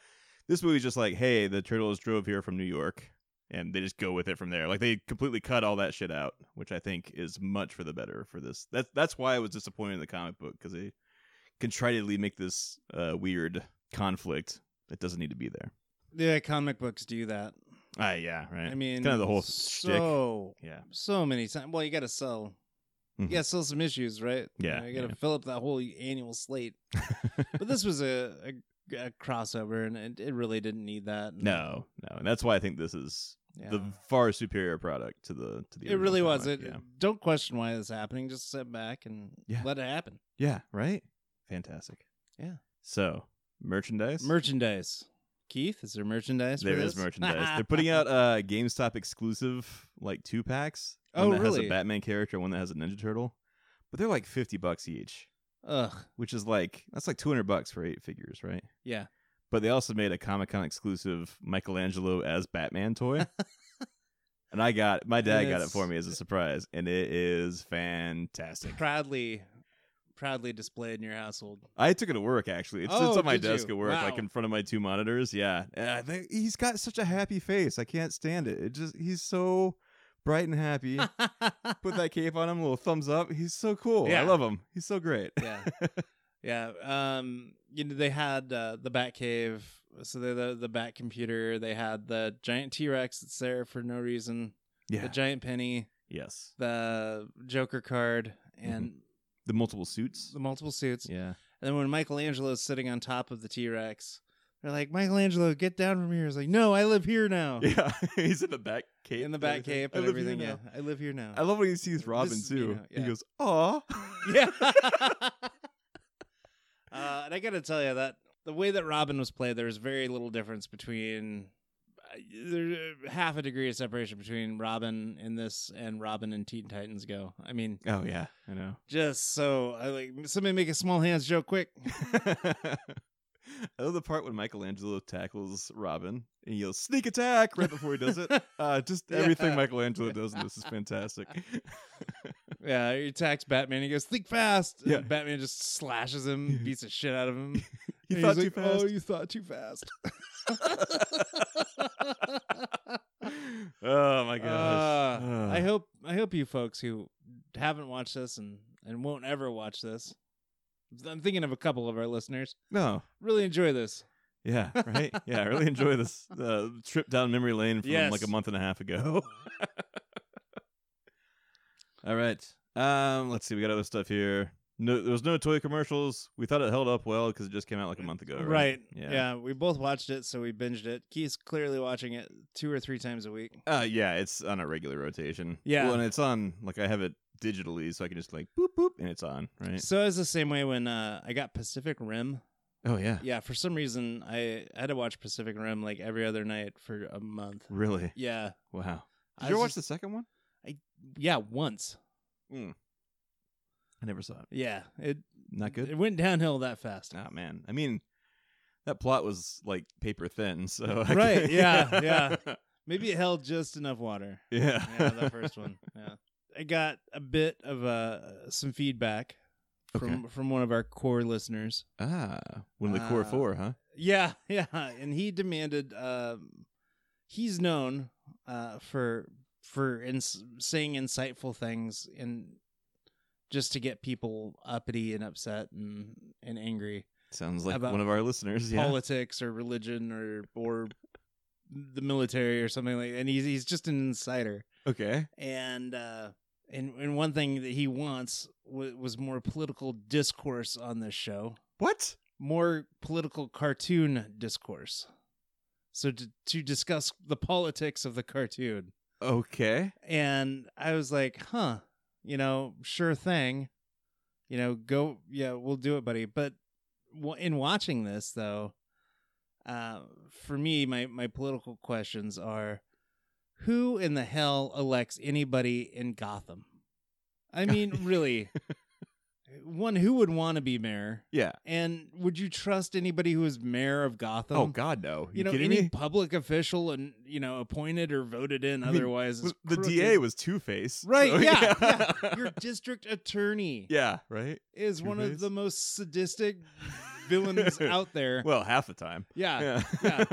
S1: This movie's just like, hey, the turtles drove here from New York, and they just go with it from there. Like they completely cut all that shit out, which I think is much for the better for this. That's that's why I was disappointed in the comic book because they contritely make this uh, weird conflict that doesn't need to be there.
S2: Yeah, comic books do that.
S1: Ah, yeah, right.
S2: I mean,
S1: kinda the whole
S2: so
S1: Yeah.
S2: so many times. Well, you got to sell.
S1: Mhm.
S2: You got to sell some issues, right?
S1: Yeah,
S2: You, got to
S1: yeah.
S2: fill up that whole annual slate. but this was a, a a crossover, and it, it really didn't need that. And
S1: No, no, and that's why I think this is
S2: yeah.
S1: the far superior product to the to the.
S2: it
S1: original
S2: really was.
S1: comic,
S2: It,
S1: yeah.
S2: Don't question why it's happening. Just sit back and
S1: Yeah.
S2: let it happen.
S1: Yeah, right? Fantastic.
S2: Yeah.
S1: So, merchandise?
S2: Merchandise. Keith, is there merchandise? for
S1: there is
S2: this?
S1: merchandise. They're putting out uh GameStop exclusive like two packs.
S2: Oh,
S1: One that has
S2: really?
S1: a Batman character, one that has a Ninja Turtle. But they're like 50 bucks each,
S2: Ugh.
S1: which is like that's like 200 bucks for eight figures, right?
S2: Yeah.
S1: But they also made a Comic-Con exclusive Michelangelo as Batman toy. and I got my dad got it
S2: it's-
S1: for me as a surprise and it is fantastic.
S2: Proudly, proudly displayed in your household.
S1: I took it to work actually. It sits
S2: Oh,
S1: on my
S2: did
S1: desk
S2: you?
S1: at work,
S2: Wow.
S1: like in front of my two monitors. Yeah, and I think he's got such a happy face. I can't stand it. It just he's so bright and happy. Put that cape on him, little thumbs up. He's so cool.
S2: Yeah.
S1: I love him. He's so great.
S2: yeah yeah um you know they had uh, the bat cave so the, the the bat computer they had the giant t-rex that's there for no reason
S1: Yeah.
S2: the giant penny
S1: yes.
S2: the joker card and
S1: The multiple suits.
S2: the multiple suits
S1: Mm-hmm. Yeah.
S2: and then when michelangelo's sitting on top of the t-rex they're like michelangelo get down from here he's like no i live here now
S1: Yeah. he's in the back cape.
S2: in the
S1: and
S2: bat
S1: everything.
S2: cave
S1: I
S2: and
S1: live here
S2: everything yeah
S1: now.
S2: i live here now
S1: I love when he sees Robin
S2: is me
S1: too.
S2: now,
S1: He
S2: yeah.
S1: goes, "Aw."
S2: Yeah. uh, and I got to tell you that the way that Robin was played, there was very little difference between uh, there- half a degree of separation between Robin in this and Robin in Teen Titans Go. I mean,
S1: Oh yeah, I know.
S2: just so I like somebody make a small hands joke quick.
S1: I love the part when Michelangelo tackles Robin and he yells "sneak attack" right before he does it. Uh, just everything
S2: Yeah.
S1: Michelangelo does in this is fantastic.
S2: yeah, he attacks Batman. He goes, "Think fast!"
S1: Yeah.
S2: And Batman just slashes him, beats the shit out of him.
S1: he
S2: And
S1: thought
S2: he's
S1: too
S2: like,
S1: fast.
S2: Oh, you thought too fast.
S1: oh my gosh!
S2: Uh,
S1: Ugh.
S2: I hope I hope you folks who haven't watched this and and won't ever watch this. I'm thinking of a couple of our listeners.
S1: no.
S2: Really enjoy this.
S1: Yeah, right. Yeah, I really enjoy this uh, trip down memory lane from
S2: Yes. Uh-huh.
S1: like a month and a half ago. All right. Um, let's see. We got other stuff here. No, there was no toy commercials. We thought it held up well because it just came out like a month ago. Right.
S2: Yeah. we both watched it, so we binged it. Keith's clearly watching it two or three times a week.
S1: Uh, yeah, it's on a regular rotation.
S2: Yeah.
S1: well, and it's on like I have it digitally, so I can just like boop boop, and it's on, right?
S2: So it was the same way when uh, I got Pacific Rim.
S1: Oh yeah,
S2: Yeah, for some reason I had to watch Pacific Rim like every other night for a month.
S1: really?
S2: Yeah.
S1: Wow.
S2: I
S1: Did you ever
S2: was
S1: watch
S2: just-
S1: the second one?
S2: Yeah, once.
S1: I never saw it.
S2: Yeah, it
S1: Not good.
S2: It went downhill that fast.
S1: Ah man, I mean, that plot was like paper thin, so I
S2: Right,
S1: can't-
S2: yeah, yeah. Maybe it held just enough water.
S1: yeah.
S2: Yeah, that first one. Yeah, I got a bit of uh, some feedback from from one of our core listeners.
S1: Ah, one of the core
S2: Uh,
S1: four, huh?
S2: Yeah, yeah, and he demanded. Um, he's known uh, for for ins- saying insightful things and just to get people uppity and upset and and angry.
S1: Sounds like
S2: about
S1: one of our listeners. Yeah.
S2: politics or religion or or the military or something like and he's he's just an insider
S1: okay.
S2: and uh and and one thing that he wants was, was more political discourse on this show
S1: What?
S2: more political cartoon discourse so to to discuss the politics of the cartoon
S1: Okay.
S2: and I was like, huh, you know, sure thing, you know, go, yeah, we'll do it, buddy. But w- in watching this, though, uh, for me, my my political questions are, who in the hell elects anybody in Gotham? I mean, really, one who would want to be mayor,
S1: Yeah.
S2: and would you trust anybody who is mayor of Gotham?
S1: oh God, no.
S2: You know,
S1: kidding
S2: any
S1: me?
S2: public official and you know appointed or voted in,
S1: I mean,
S2: otherwise is
S1: Well, the
S2: crooked.
S1: DA was Two Face,
S2: Right, yeah, Your district attorney
S1: yeah. Right.
S2: is one of
S1: Two-Face.
S2: the most sadistic villains out there.
S1: Well, half the time.
S2: yeah.
S1: Yeah.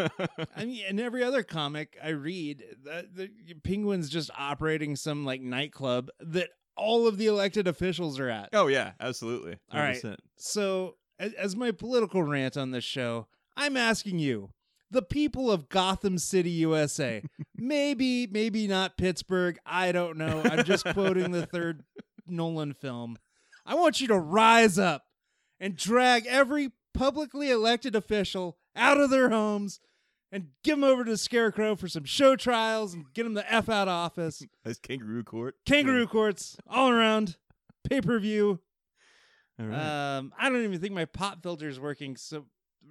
S2: I mean, in every other comic I read, the, the penguin's just operating some like nightclub that all of the elected officials are at.
S1: oh yeah, absolutely.
S2: All right.
S1: 100%.
S2: So, as, as my political rant on this show, I'm asking you, the people of Gotham City, USA, maybe, maybe not Pittsburgh. I don't know. I'm just quoting the third Nolan film. I want you to rise up and drag every publicly elected official out of their homes and give them over to Scarecrow for some show trials and get them the F out of office.
S1: That's kangaroo court.
S2: Kangaroo courts all around, pay per view.
S1: All right.
S2: Um, I don't even think my pop filter is working. So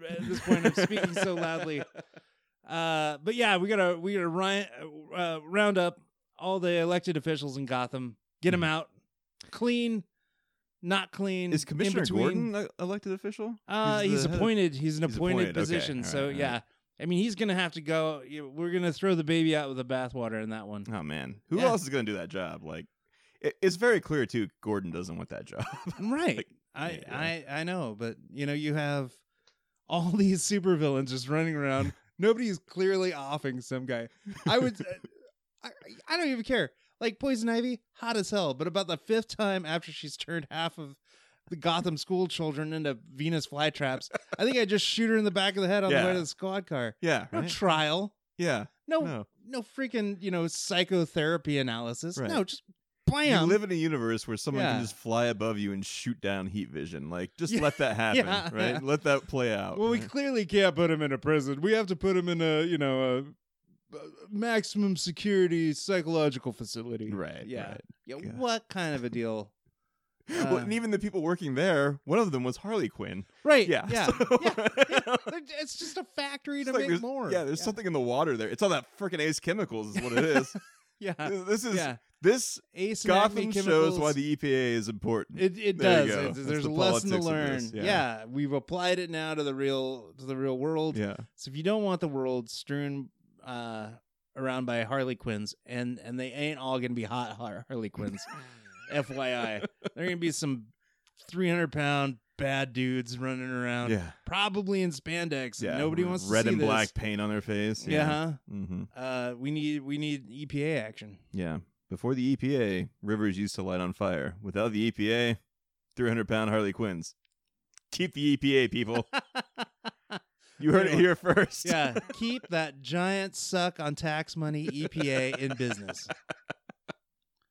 S2: at this point, I'm speaking so loudly. Uh, but yeah, we gotta we gotta ri- uh, round up all the elected officials in Gotham, get them
S1: Mhm.
S2: out, clean, not clean.
S1: Is Commissioner
S2: in between.
S1: Gordon a- elected official?
S2: Uh,
S1: He's
S2: he's
S1: the head of-
S2: appointed. He's an
S1: he's
S2: appointed,
S1: appointed, okay,
S2: position.
S1: all
S2: so
S1: right, all
S2: yeah,
S1: right.
S2: I mean he's gonna have to go. you- We're gonna throw the baby out with the bathwater in that one.
S1: Oh man, who
S2: Yeah.
S1: else is going to do that job? Like, it, it's very clear too. Gordon doesn't want that job.
S2: Right.
S1: Like,
S2: I,
S1: yeah, yeah.
S2: I I know, but you know, you have all these supervillains just running around. Nobody's clearly offing some guy. I would uh, I, I don't even care. Like Poison Ivy, hot as hell, but about the fifth time after she's turned half of the Gotham school children into Venus flytraps, I think I just shoot her in the back of the head on the way
S1: Yeah.
S2: to the squad car.
S1: yeah,
S2: No
S1: right?
S2: trial.
S1: yeah.
S2: No, no
S1: No,
S2: freaking, you know, psychotherapy analysis.
S1: Right.
S2: No, just
S1: you
S2: blam.
S1: live in a universe where someone
S2: Yeah.
S1: can just fly above you and shoot down heat vision. Like, just
S2: Yeah.
S1: let that happen,
S2: Yeah.
S1: right? Let that play out.
S2: Well, we
S1: right?
S2: clearly can't put him in a prison. We have to put him in a, you know, a maximum security psychological facility.
S1: right,
S2: Yeah.
S1: right.
S2: Yeah,
S1: God.
S2: what kind of a deal?
S1: well,
S2: Uh,
S1: and even the people working there, one of them was Harley Quinn.
S2: Right.
S1: Yeah,
S2: Yeah.
S1: so-
S2: yeah. They're- It's just a factory
S1: It's
S2: to
S1: like
S2: make
S1: there's-
S2: more.
S1: Yeah, there's something in the water there. It's all that freaking Ace Chemicals, is what it is.
S2: Yeah.
S1: this is
S2: Yeah.
S1: this
S2: Ace
S1: Gotham shows why the EPA is important.
S2: It, it
S1: There you
S2: does.
S1: go.
S2: It's-
S1: That's
S2: there's
S1: the
S2: a lesson
S1: politics
S2: to
S1: of
S2: learn.
S1: this,
S2: Yeah.
S1: yeah.
S2: we've applied it now to the real to the real world.
S1: yeah,
S2: So if you don't want the world strewn uh, around by Harley Quinns, and and they ain't all gonna be hot Har- Harley Quinns, FYI, they're gonna be some 300 pound bad dudes running around,
S1: yeah,
S2: probably in spandex. and
S1: yeah.
S2: nobody wants
S1: red
S2: to see
S1: and
S2: this.
S1: black paint on their face.
S2: Yeah. huh?
S1: hmm
S2: Uh, we need we need EPA action.
S1: yeah. Before the EPA, rivers used to light on fire. Without the E EPA, 300 pound Harley Quinns. Keep the EPA, people. You heard it here first.
S2: Yeah, keep that giant suck on tax money EPA in business.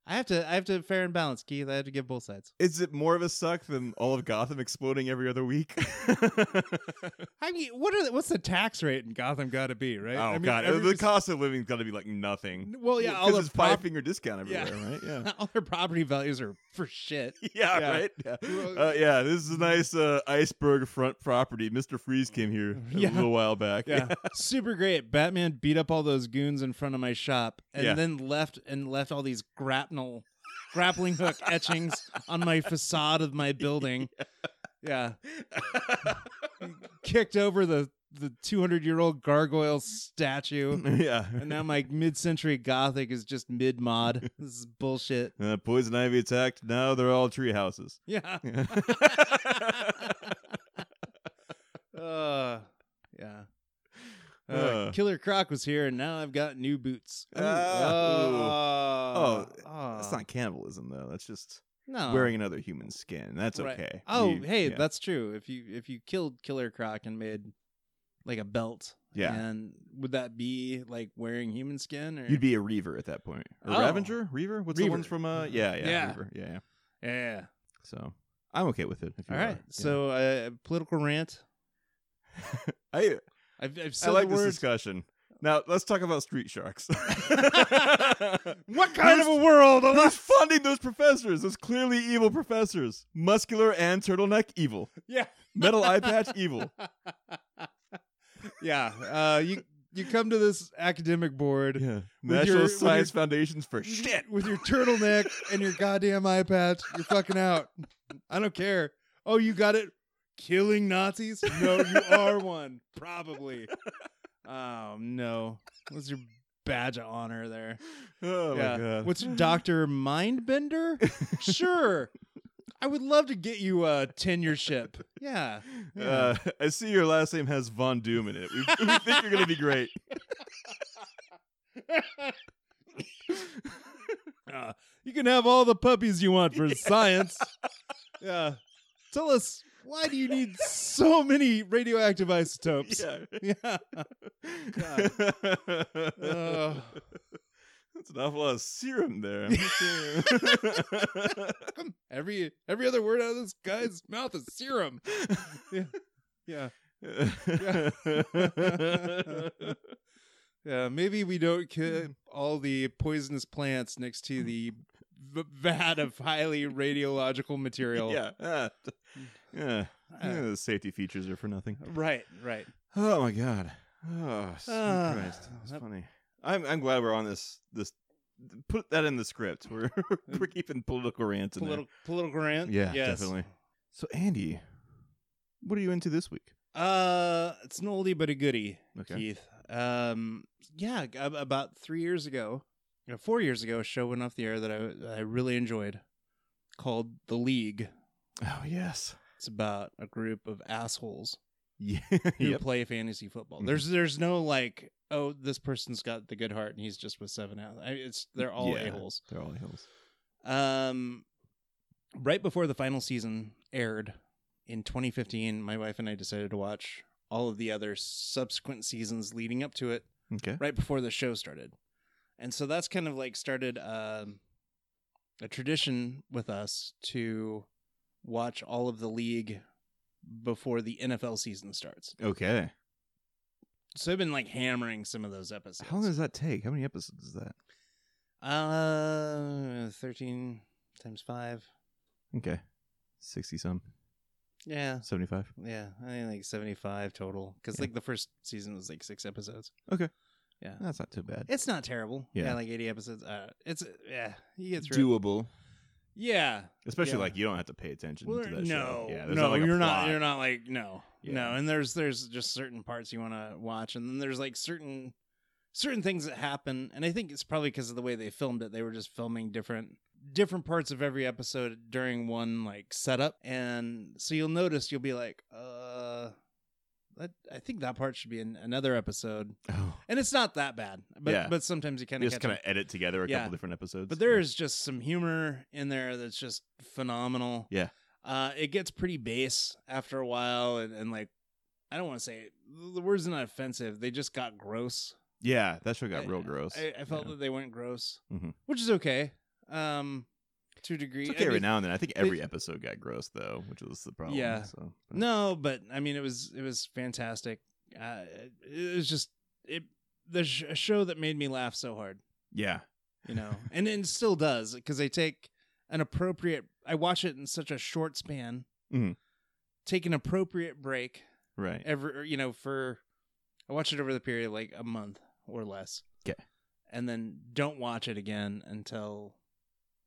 S2: I have to I have to fair and balance, Keith. I have to give both sides.
S1: Is it more of a suck than all of Gotham exploding every other week?
S2: I mean, what are the, what's the tax rate in Gotham got to be, right?
S1: Oh
S2: I mean,
S1: god,
S2: every
S1: the
S2: perc-
S1: cost of living's got to be like nothing.
S2: well, yeah, all
S1: because
S2: their,
S1: it's five
S2: prop-
S1: finger discount
S2: Yeah.
S1: everywhere, right? Yeah.
S2: all their property values are for shit.
S1: Yeah,
S2: Yeah.
S1: right. Yeah.
S2: Well-
S1: Uh, yeah, this is a nice uh, iceberg front property. Mister Freeze came here a
S2: Yeah.
S1: little while back.
S2: Yeah. Super great. Batman beat up all those goons in front of my shop and
S1: Yeah.
S2: then left and left all these grapnel grappling hook etchings on my facade of my building. Yeah. Kicked over the the 200-year-old gargoyle statue
S1: yeah.
S2: and now my mid-century gothic is just mid-mod. This is bullshit.
S1: Uh, poison ivy attacked. Now they're all tree houses.
S2: Yeah.
S1: Yeah.
S2: Uh, yeah. Uh,
S1: Uh.
S2: Killer Croc was here, and now I've got new boots. Ooh.
S1: Ah, ooh.
S2: oh,
S1: Oh,
S2: oh.
S1: that's not cannibalism though. That's just
S2: no.
S1: wearing another human skin. That's
S2: Right.
S1: okay.
S2: Oh,
S1: You-
S2: hey,
S1: yeah.
S2: that's true. If you if you killed Killer Croc and made like a belt,
S1: yeah.
S2: and would that be like wearing human skin? Or
S1: You'd be a reaver at that point. Or
S2: Oh.
S1: Ravenger? Reaver? What's the ones
S2: Reaver.
S1: from uh yeah, yeah,
S2: Yeah.
S1: Reaver. Yeah, yeah.
S2: yeah.
S1: So I'm okay with it. If you
S2: All
S1: are.
S2: right.
S1: Yeah.
S2: So, uh, political rant.
S1: I
S2: I've, I've said
S1: I like
S2: the
S1: this
S2: word.
S1: discussion. Now let's talk about street sharks.
S2: What kind of a world? are
S1: Who's funding those professors? Those clearly evil professors. Muscular and turtleneck evil.
S2: Yeah.
S1: Metal eye patch evil.
S2: yeah. Uh, you you come to this academic board
S1: Yeah.
S2: With
S1: National
S2: your- with
S1: Science Foundations for
S2: with-
S1: shit.
S2: with your turtleneck and your goddamn eye patch. You're fucking out. I don't care. Oh, you got it. Killing Nazis? No, you are one. Probably. Oh no. What's your badge of honor there?
S1: Oh my god.
S2: What's your Doctor Mindbender? sure. I would love to get you a tenureship. Yeah. yeah.
S1: Uh, I see your last name has Von Doom in it. We, we think you're gonna be great.
S2: Uh, you can have all the puppies you want for science. Yeah. Tell us why do you need so many radioactive isotopes?
S1: Yeah.
S2: Yeah. Uh,
S1: That's an awful lot of serum there. I'm just saying.
S2: every every other word out of this guy's mouth is serum. yeah. Yeah, maybe we don't kill all the poisonous plants next to the v- vat of highly radiological material.
S1: yeah. Uh, yeah. Yeah,
S2: Uh,
S1: those safety features are for nothing.
S2: right, right.
S1: Oh my god. Oh, sweet
S2: Ah,
S1: Christ. That's
S2: that-
S1: funny. I'm I'm glad we're on this this put that in the script. We're we're keeping Uh, political rants in
S2: Political, political rant.
S1: there. Yeah,
S2: yes.
S1: definitely. So Andy, what are you into this week?
S2: Uh, it's an oldie but a goodie,
S1: Okay.
S2: Keith. Um, yeah, g- ab- about three years ago, no, four years ago, a show went off the air that I that I really enjoyed, called The League.
S1: Oh yes.
S2: It's about a group of assholes
S1: Yeah.
S2: who
S1: yep.
S2: play fantasy football.
S1: Mhm.
S2: There's there's no like, oh, this person's got the good heart and he's just with seven out. I, it's they're all
S1: Yeah.
S2: a holes.
S1: They're all hills.
S2: Um, right before the final season aired in 2015, my wife and I decided to watch all of the other subsequent seasons leading up to it
S1: Okay.
S2: right before the show started. And so that's kind of like started um, a tradition with us to watch all of the league before the NFL season starts.
S1: Okay.
S2: So I've been like hammering some of those episodes.
S1: How long does that take? How many episodes is that?
S2: uh 13 times 5.
S1: Okay. Sixty some.
S2: Yeah.
S1: Seventy five.
S2: Yeah, I think like 75 total cuz
S1: Yeah.
S2: like the first season was like 6 episodes.
S1: That's not too bad.
S2: It's not terrible.
S1: Yeah.
S2: like 80 episodes. Uh it's yeah, you get through. it.
S1: doable.
S2: Yeah.
S1: Especially
S2: Yeah.
S1: like you don't have to pay attention
S2: Well,
S1: to
S2: there-
S1: that show.
S2: no,
S1: Yeah, there's
S2: no,
S1: like, a
S2: you're not.
S1: plot.
S2: You're not like no, no.
S1: Yeah.
S2: And there's there's just certain parts you want to watch, and then there's like certain certain things that happen. And I think it's probably because of the way they filmed it. They were just filming different different parts of every episode during one like setup, and so you'll notice you'll be like, uh, that, I think that part should be in another episode.
S1: Oh.
S2: And it's not that bad, but
S1: Yeah.
S2: but sometimes you kind
S1: You
S2: of
S1: just kind of edit together a
S2: Yeah.
S1: couple different episodes.
S2: but there is just some humor in there that's just phenomenal.
S1: Yeah.
S2: Uh, it gets pretty base after a while, and, and like, I don't want to say the words are not offensive. They just got gross.
S1: Yeah, that show got
S2: I-
S1: real gross.
S2: I, I felt
S1: Yeah.
S2: that they weren't gross,
S1: Mhm.
S2: which is okay, um, to a degree.
S1: it's
S2: I
S1: okay every
S2: mean,
S1: now and then. I think every episode got gross though, which was the problem.
S2: Yeah.
S1: So.
S2: No, but I mean, it was it was fantastic. Uh, it, it was just it the sh- a show that made me laugh so hard.
S1: Yeah.
S2: you know, and and still does because I take an appropriate. I watch it in such a short span.
S1: Mhm.
S2: Take an appropriate break
S1: Right.
S2: every, or, you know, for I watch it over the period of like a month or less.
S1: 'Kay.
S2: and then don't watch it again until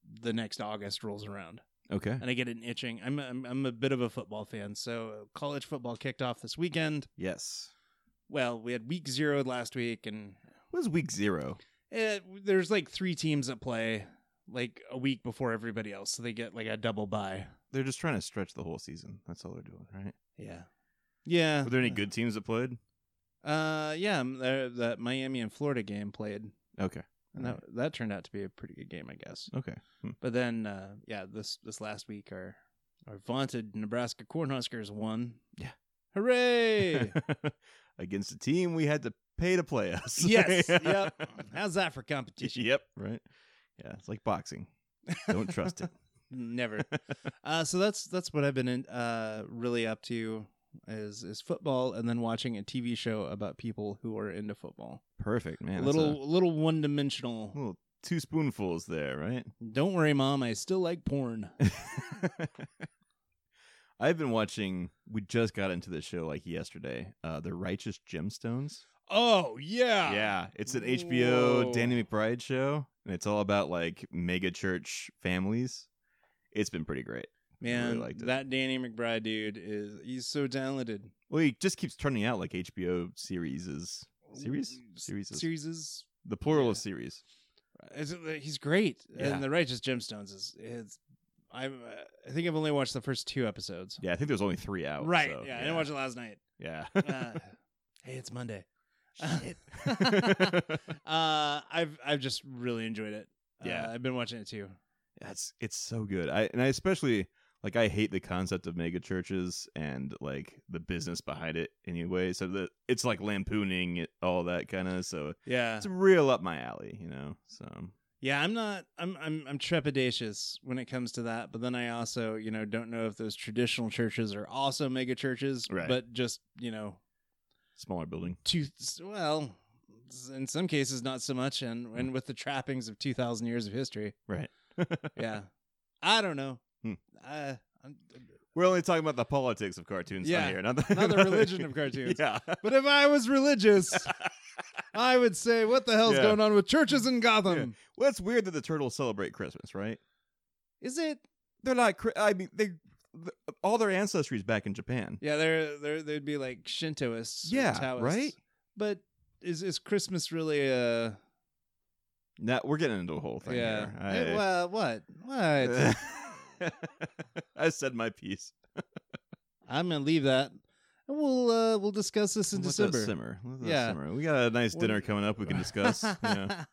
S2: the next August rolls around,
S1: Okay.
S2: and I get an itching. I'm I'm, I'm a bit of a football fan, so uh, college football kicked off this weekend.
S1: Yes.
S2: Well, we had week zero last week, and
S1: What is week zero?
S2: Eh, there's like three teams that play like a week before everybody else, so they get like a double bye.
S1: They're just trying to stretch the whole season. That's all they're doing, right?
S2: Yeah, yeah.
S1: Were there any good teams that played?
S2: Uh, yeah. um, The, the Miami and Florida game played,
S1: Okay.
S2: and that that turned out to be a pretty good game, I guess.
S1: Okay.
S2: But then, uh, yeah, this this last week, our our vaunted Nebraska Cornhuskers won.
S1: Yeah.
S2: hooray!
S1: Against a team we had to pay to play us.
S2: yes. Yep. How's that for competition?
S1: yep. Right. Yeah. It's like boxing. Don't trust it.
S2: Never. uh, so that's that's what I've been in, uh, really up to is is football, and then watching a TV show about people who are into football.
S1: Perfect, man. That's Hmm.
S2: little little one dimensional.
S1: a little two spoonfuls there, right?
S2: Don't worry, mom. I still like porn.
S1: I've been watching. We just got into this show like yesterday. Uh, the Righteous Gemstones.
S2: oh yeah.
S1: yeah, it's an HBO
S2: Whoa.
S1: Danny McBride show, and it's all about like mega church families. It's been pretty great.
S2: Man,
S1: Really liked it.
S2: that Danny McBride dude is he's so talented.
S1: Well, he just keeps turning out like HBO series is series. Series is-
S2: Series is.
S1: The plural
S2: Yeah.
S1: of series.
S2: is- He's great,
S1: Yeah.
S2: and the Righteous Gemstones is. is I'm. Uh, I think I've only watched the first two episodes.
S1: Yeah, I think there's only three out.
S2: right.
S1: so,
S2: yeah, I didn't watch it last night.
S1: Yeah.
S2: uh, hey, it's Monday. Shit.
S1: Yeah.
S2: uh, I've I've just really enjoyed it.
S1: Yeah.
S2: uh, I've been watching it too.
S1: That's it's so good. I and I especially like I hate the concept of mega churches and like the business behind it anyway. So the it's like lampooning it, all that kind of. So
S2: Yeah,
S1: it's real up my alley, you know. So
S2: Yeah, I'm not. I'm I'm I'm trepidatious when it comes to that. But then I also, you know, don't know if those traditional churches are also mega churches,
S1: Right.
S2: but just you know,
S1: Smaller building.
S2: two. Well, in some cases, not so much,
S1: Hmm.
S2: and and with the trappings of two thousand years of history.
S1: Right.
S2: Yeah, I don't know.
S1: Hmm.
S2: Uh, I'm,
S1: We're only talking about the politics of cartoons
S2: Yeah,
S1: on here, not the,
S2: not the religion of cartoons.
S1: Yeah.
S2: But if I was religious, I would say, what the hell's
S1: Yeah.
S2: going on with churches in Gotham?
S1: Well, it's weird that the turtles celebrate Christmas, right?
S2: Is it?
S1: They're not. Chri- I mean, they th- all their ancestry is back in Japan.
S2: Yeah, there, there, there'd be like Shintoists. or
S1: Yeah,
S2: Taoists.
S1: right?
S2: But is is Christmas really a?
S1: Now we're getting into a whole thing
S2: yeah.
S1: here.
S2: Eh, well, what? What?
S1: I said my piece.
S2: I'm gonna leave that. And We'll uh, we'll discuss this in
S1: Let that
S2: December.
S1: simmer. Let that
S2: Yeah.
S1: simmer. We got a nice
S2: When-
S1: dinner coming up. We can discuss. yeah.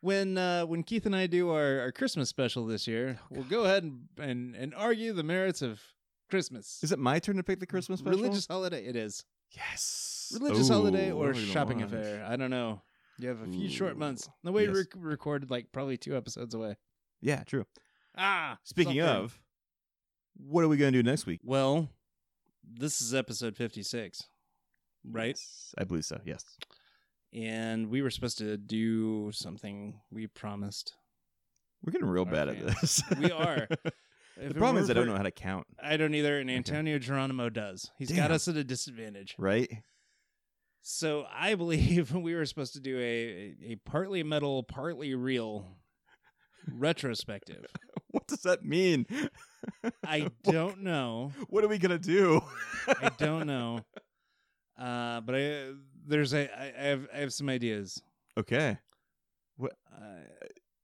S2: When uh, when Keith and I do our, our Christmas special this year, we'll go ahead and, and, and argue the merits of Christmas.
S1: Is it my turn to pick the Christmas special?
S2: religious holiday? It is
S1: Yes.
S2: religious holiday
S1: Ooh, what
S2: or
S1: are we gonna
S2: shopping
S1: watch?
S2: affair. I don't know. You have a few short
S1: Ooh.
S2: months. No way,
S1: Yes.
S2: we rec- recorded like probably two episodes away.
S1: Yeah, true.
S2: Ah,
S1: Speaking
S2: something.
S1: of, what are we going to do next week?
S2: well, this is episode fifty six, right?
S1: Yes, I believe so. Yes.
S2: And we were supposed to do something we promised.
S1: We're getting real
S2: Our
S1: bad at this.
S2: We are.
S1: the problem is I don't know how to count,
S2: I don't either, and
S1: Okay.
S2: Antonio Geronimo does. He's got
S1: Damn.
S2: us at a disadvantage.
S1: right?
S2: So I believe we were supposed to do a a partly metal, partly real retrospective.
S1: What does that mean?
S2: I don't know.
S1: What are we going to do?
S2: I don't know. Uh, but I there's a I, I have I have some ideas.
S1: okay.
S2: Uh,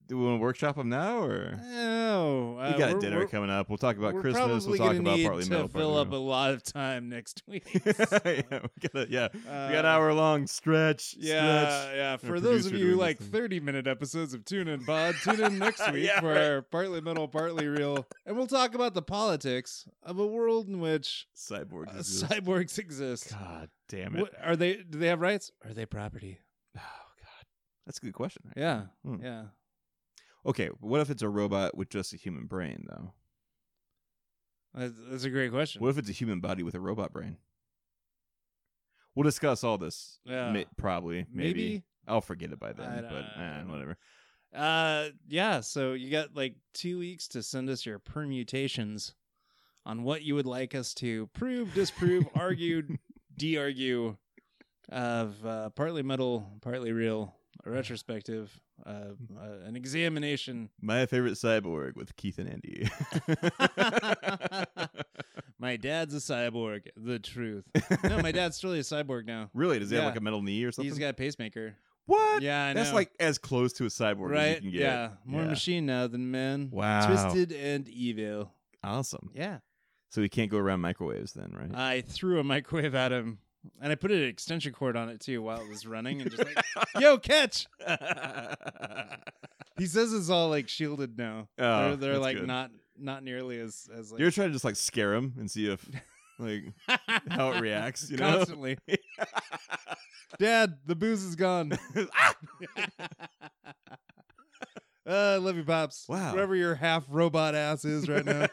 S1: Do we want to workshop them now or?
S2: oh, uh,
S1: we got a
S2: we're-
S1: dinner
S2: we're-
S1: coming up. We'll talk about
S2: we're
S1: Christmas. We'll
S2: probably
S1: talk
S2: gonna
S1: about
S2: need
S1: partly
S2: to
S1: metal.
S2: fill up a
S1: partly
S2: lot of time next week.
S1: real. yeah, we got a, yeah, we got an
S2: Uh,
S1: hour long stretch.
S2: Yeah,
S1: stretch.
S2: yeah. For
S1: Our
S2: those of
S1: producer
S2: you who
S1: doing
S2: like
S1: this thing.
S2: 30 minute episodes of Tune In Pod, tune in next week
S1: Yeah,
S2: for
S1: right.
S2: our partly metal, partly real. And we'll talk about the politics of a world in which
S1: Cyborg.
S2: uh,
S1: disease.
S2: cyborgs exist.
S1: God damn it.
S2: What, are they? Do they have rights? Are they property?
S1: Oh God, that's a good question. actually.
S2: Yeah,
S1: Hmm.
S2: yeah.
S1: Okay, what if it's a robot with just a human brain though?
S2: That's, that's a great question.
S1: What if it's a human body with a robot brain? We'll discuss all this.
S2: Yeah.
S1: ma- probably, maybe.
S2: Maybe.
S1: I'll forget it by
S2: I
S1: then,
S2: don't-
S1: but
S2: I
S1: eh,
S2: don't know.
S1: whatever.
S2: Uh, yeah. So you got like two weeks to send us your permutations on what you would like us to prove, disprove, argue, de-argue of uh, partly metal, partly real, a retrospective, uh, uh, an examination.
S1: My favorite cyborg with Keith and Andy.
S2: My dad's a cyborg. The truth. No, my dad's really a cyborg now.
S1: really? Does he have
S2: Yeah.
S1: like a metal knee or something?
S2: He's got a pacemaker.
S1: what?
S2: Yeah, I know.
S1: That's like as close to a cyborg as
S2: right.
S1: you can get.
S2: Yeah, more
S1: Yeah.
S2: machine now than man.
S1: Wow.
S2: Twisted and evil.
S1: Awesome.
S2: Yeah.
S1: So he can't go around microwaves then, right?
S2: I threw a microwave at him, and I put an extension cord on it too while it was running, and just like, "Yo, catch!" He says it's all like shielded now.
S1: Oh,
S2: they're they're
S1: that's
S2: like
S1: good.
S2: not not nearly as as like
S1: You're trying to just like scare him and see if like how it reacts, you know?
S2: constantly. Dad, the booze is gone.
S1: Ah!
S2: Uh, I love you, pops.
S1: Wow.
S2: wherever your half robot ass is right now.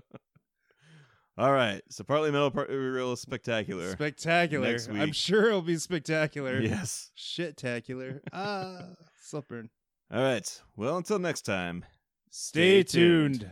S1: All right. So partly metal, partly real, spectacular.
S2: spectacular.
S1: Next
S2: I'm
S1: week.
S2: sure it'll be spectacular.
S1: Yes.
S2: Shit-tacular. Ah, supper.
S1: All right. Well, until next time.
S2: Stay tuned.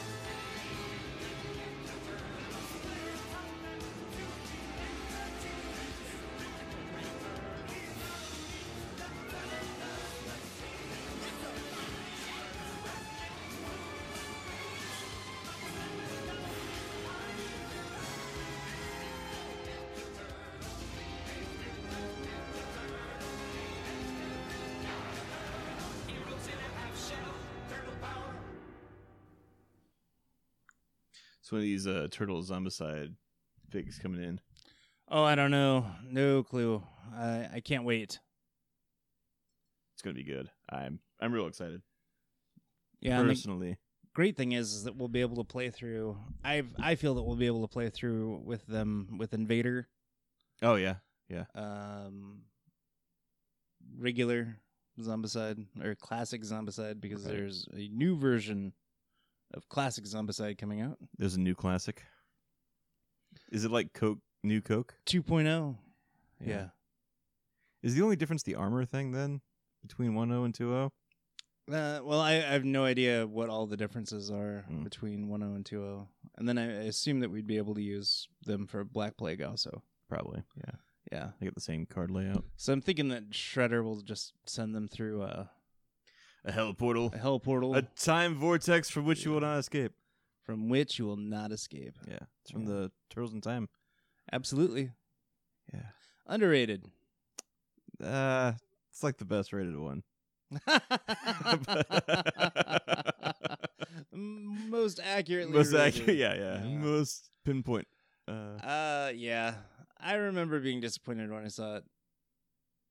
S3: Thank
S1: It's one of these uh, turtle zombicide figs coming in.
S2: Oh, I don't know. No clue. I I can't wait.
S1: It's gonna be good. I'm I'm real excited
S2: Yeah. and the
S1: personally.
S2: great thing is, is that we'll be able to play through. I I feel that we'll be able to play through with them with Invader,
S1: Oh yeah,
S2: um, regular Zombicide or classic Zombicide because
S1: Right.
S2: there's a new version of classic Zombicide coming out.
S1: there's a new classic. Is it like Coke? New Coke?
S2: 2.0. oh. Yeah.
S1: Is the only difference the armor thing then between 1.0 and oh? 2.0?
S2: Uh, well, I, I have no idea what all the differences are
S1: Mm.
S2: between 1.0 and 2.0. And then I I assume that we'd be able to use them for Black Plague also.
S1: Probably. Yeah.
S2: Yeah.
S1: They get the same card layout.
S2: So I'm thinking that Shredder will just send them through a,
S1: A hell portal.
S2: a hell portal
S1: A time vortex from which you will not escape.
S2: from which you will not escape.
S1: Yeah. It's from
S2: Yeah.
S1: the Turtles in Time.
S2: Absolutely.
S1: Yeah.
S2: Underrated.
S1: Uh it's like the best rated one.
S2: Most accurately.
S1: Most
S2: rated.
S1: accurate. Yeah, yeah,
S2: Yeah.
S1: Most pinpoint. Uh,
S2: Uh, yeah. I remember being disappointed when I saw it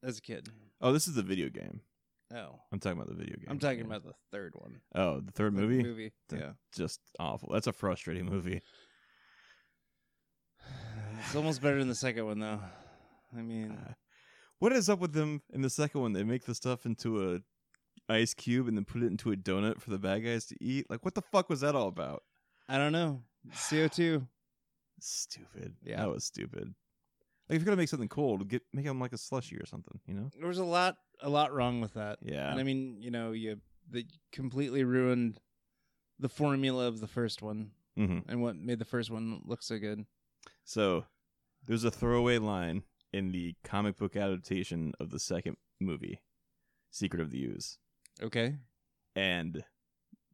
S2: as a kid.
S1: oh, this is the video game.
S2: Oh,
S1: I'm talking about the video game.
S2: I'm talking
S1: yeah.
S2: about the third one.
S1: Oh, the third
S2: The
S1: movie?
S2: Movie.
S1: The-
S2: yeah.
S1: Just awful. That's a frustrating movie.
S2: It's almost better than the second one though. I mean,
S1: Uh, what is up with them in the second one? They make the stuff into a ice cube and then put it into a donut for the bad guys to eat. Like, what the fuck was that all about?
S2: I don't know. CO2.
S1: Stupid.
S2: Yeah.
S1: that was stupid. Like, if you're gonna make something cold, get make them like a slushy or something. You know?
S2: There was a lot, a lot wrong with that.
S1: Yeah.
S2: And I mean, you know, you they completely ruined the formula of the first one
S1: Mm-hmm.
S2: and what made the first one look so good.
S1: So there's a throwaway line in the comic book adaptation of the second movie, Secret of the Ooze.
S2: Okay.
S1: And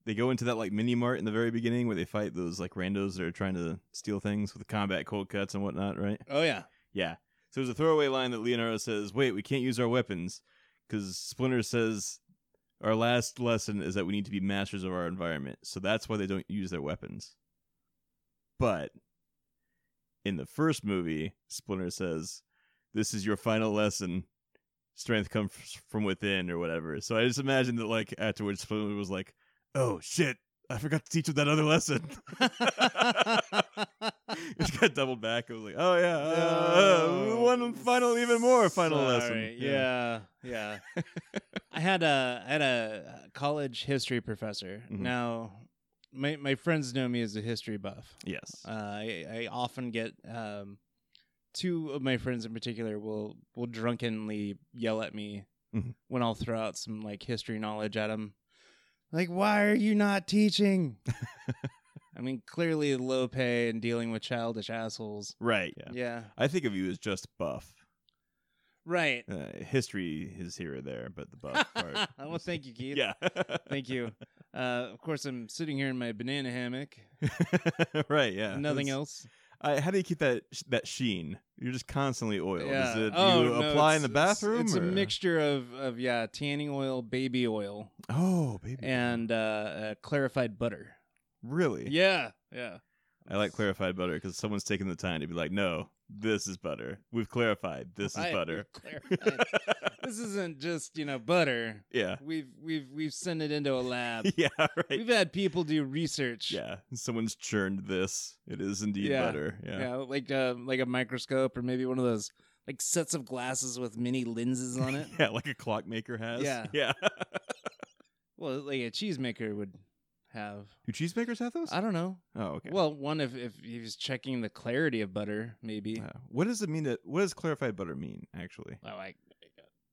S1: they go into that like mini mart in the very beginning where they fight those like randos that are trying to steal things with combat cold cuts and whatnot, right?
S2: Oh yeah.
S1: Yeah. So there's a throwaway line that Leonardo says, "Wait, we can't use our weapons because Splinter says our last lesson is that we need to be masters of our environment. So that's why they don't use their weapons." But in the first movie, Splinter says, "This is your final lesson. Strength comes from within or whatever." So I just imagine that like afterwards Splinter was like, "Oh shit, I forgot to teach him that other lesson." just got doubled back. I was like, oh yeah, uh, uh, one final, even more final lesson.
S2: Sorry. Yeah, yeah. I had a I had a college history professor.
S1: Mhm.
S2: Now, my my friends know me as a history buff.
S1: Yes.
S2: Uh, I, I often get um, two of my friends in particular will will drunkenly yell at me
S1: Mhm.
S2: when I'll throw out some like history knowledge at them, like why are you not teaching? I mean, clearly low pay and dealing with childish assholes.
S1: right. Yeah.
S2: Yeah,
S1: I think of you as just buff.
S2: right.
S1: Uh, history is here or there, but the buff part.
S2: well, thank you, Keith.
S1: Yeah.
S2: thank you. Uh, of course, I'm sitting here in my banana hammock.
S1: right. Yeah.
S2: Nothing
S1: It's-
S2: else.
S1: I, how do you keep that sh- that sheen? You're just constantly oiled.
S2: Yeah.
S1: Is it
S2: Oh,
S1: you
S2: no,
S1: apply in the
S2: it's- it's-
S1: bathroom?
S2: It's, a
S1: or-
S2: mixture of of yeah, tanning oil, baby oil.
S1: Oh, baby.
S2: and uh, uh, clarified butter.
S1: really?
S2: Yeah, yeah.
S1: I like clarified butter because someone's taking the time to be like, no, this is butter. We've clarified. This is
S2: I-
S1: butter.
S2: clarified. this isn't just you know butter.
S1: yeah.
S2: We've we've we've sent it into a lab.
S1: Yeah, right.
S2: We've had people do research.
S1: Yeah, someone's churned this. It is indeed
S2: Yeah.
S1: butter. Yeah.
S2: yeah, like uh, like a microscope or maybe one of those like sets of glasses with mini lenses on it.
S1: Yeah, like a clockmaker has.
S2: Yeah.
S1: Yeah.
S2: well, like a cheesemaker would have.
S1: Do cheesemakers have those?
S2: I don't know.
S1: oh, okay.
S2: Well, one if if he was checking the clarity of butter, maybe.
S1: Uh, what does it mean to, what does clarified butter mean, actually?
S2: Oh, I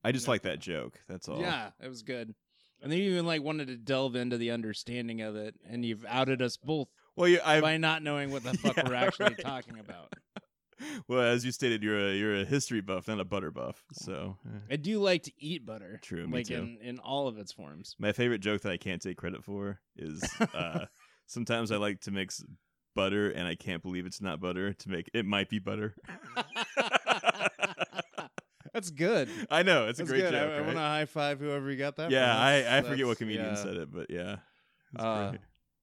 S1: I just
S2: No.
S1: like that joke. That's all.
S2: Yeah, it was good. And then you even like wanted to delve into the understanding of it, and you've outed us both
S1: Well, you, I,
S2: by not knowing what the fuck
S1: Yeah,
S2: we're actually
S1: right.
S2: talking about.
S1: well, as you stated, you're a, you're a history buff, not a butter buff. So, eh.
S2: I do like to eat butter.
S1: True, me
S2: like
S1: too.
S2: in in all of its forms.
S1: my favorite joke that I can't take credit for is uh, sometimes I like to mix butter and I can't believe it's not butter to make it might be butter.
S2: That's good.
S1: I know. It's
S2: That's
S1: a great
S2: good.
S1: joke.
S2: I,
S1: right?
S2: want to high five whoever you got that.
S1: yeah,
S2: from.
S1: I, I
S2: That's-
S1: forget what
S2: that's-
S1: comedian
S2: yeah.
S1: said it, but yeah. That's
S2: Uh,
S1: great.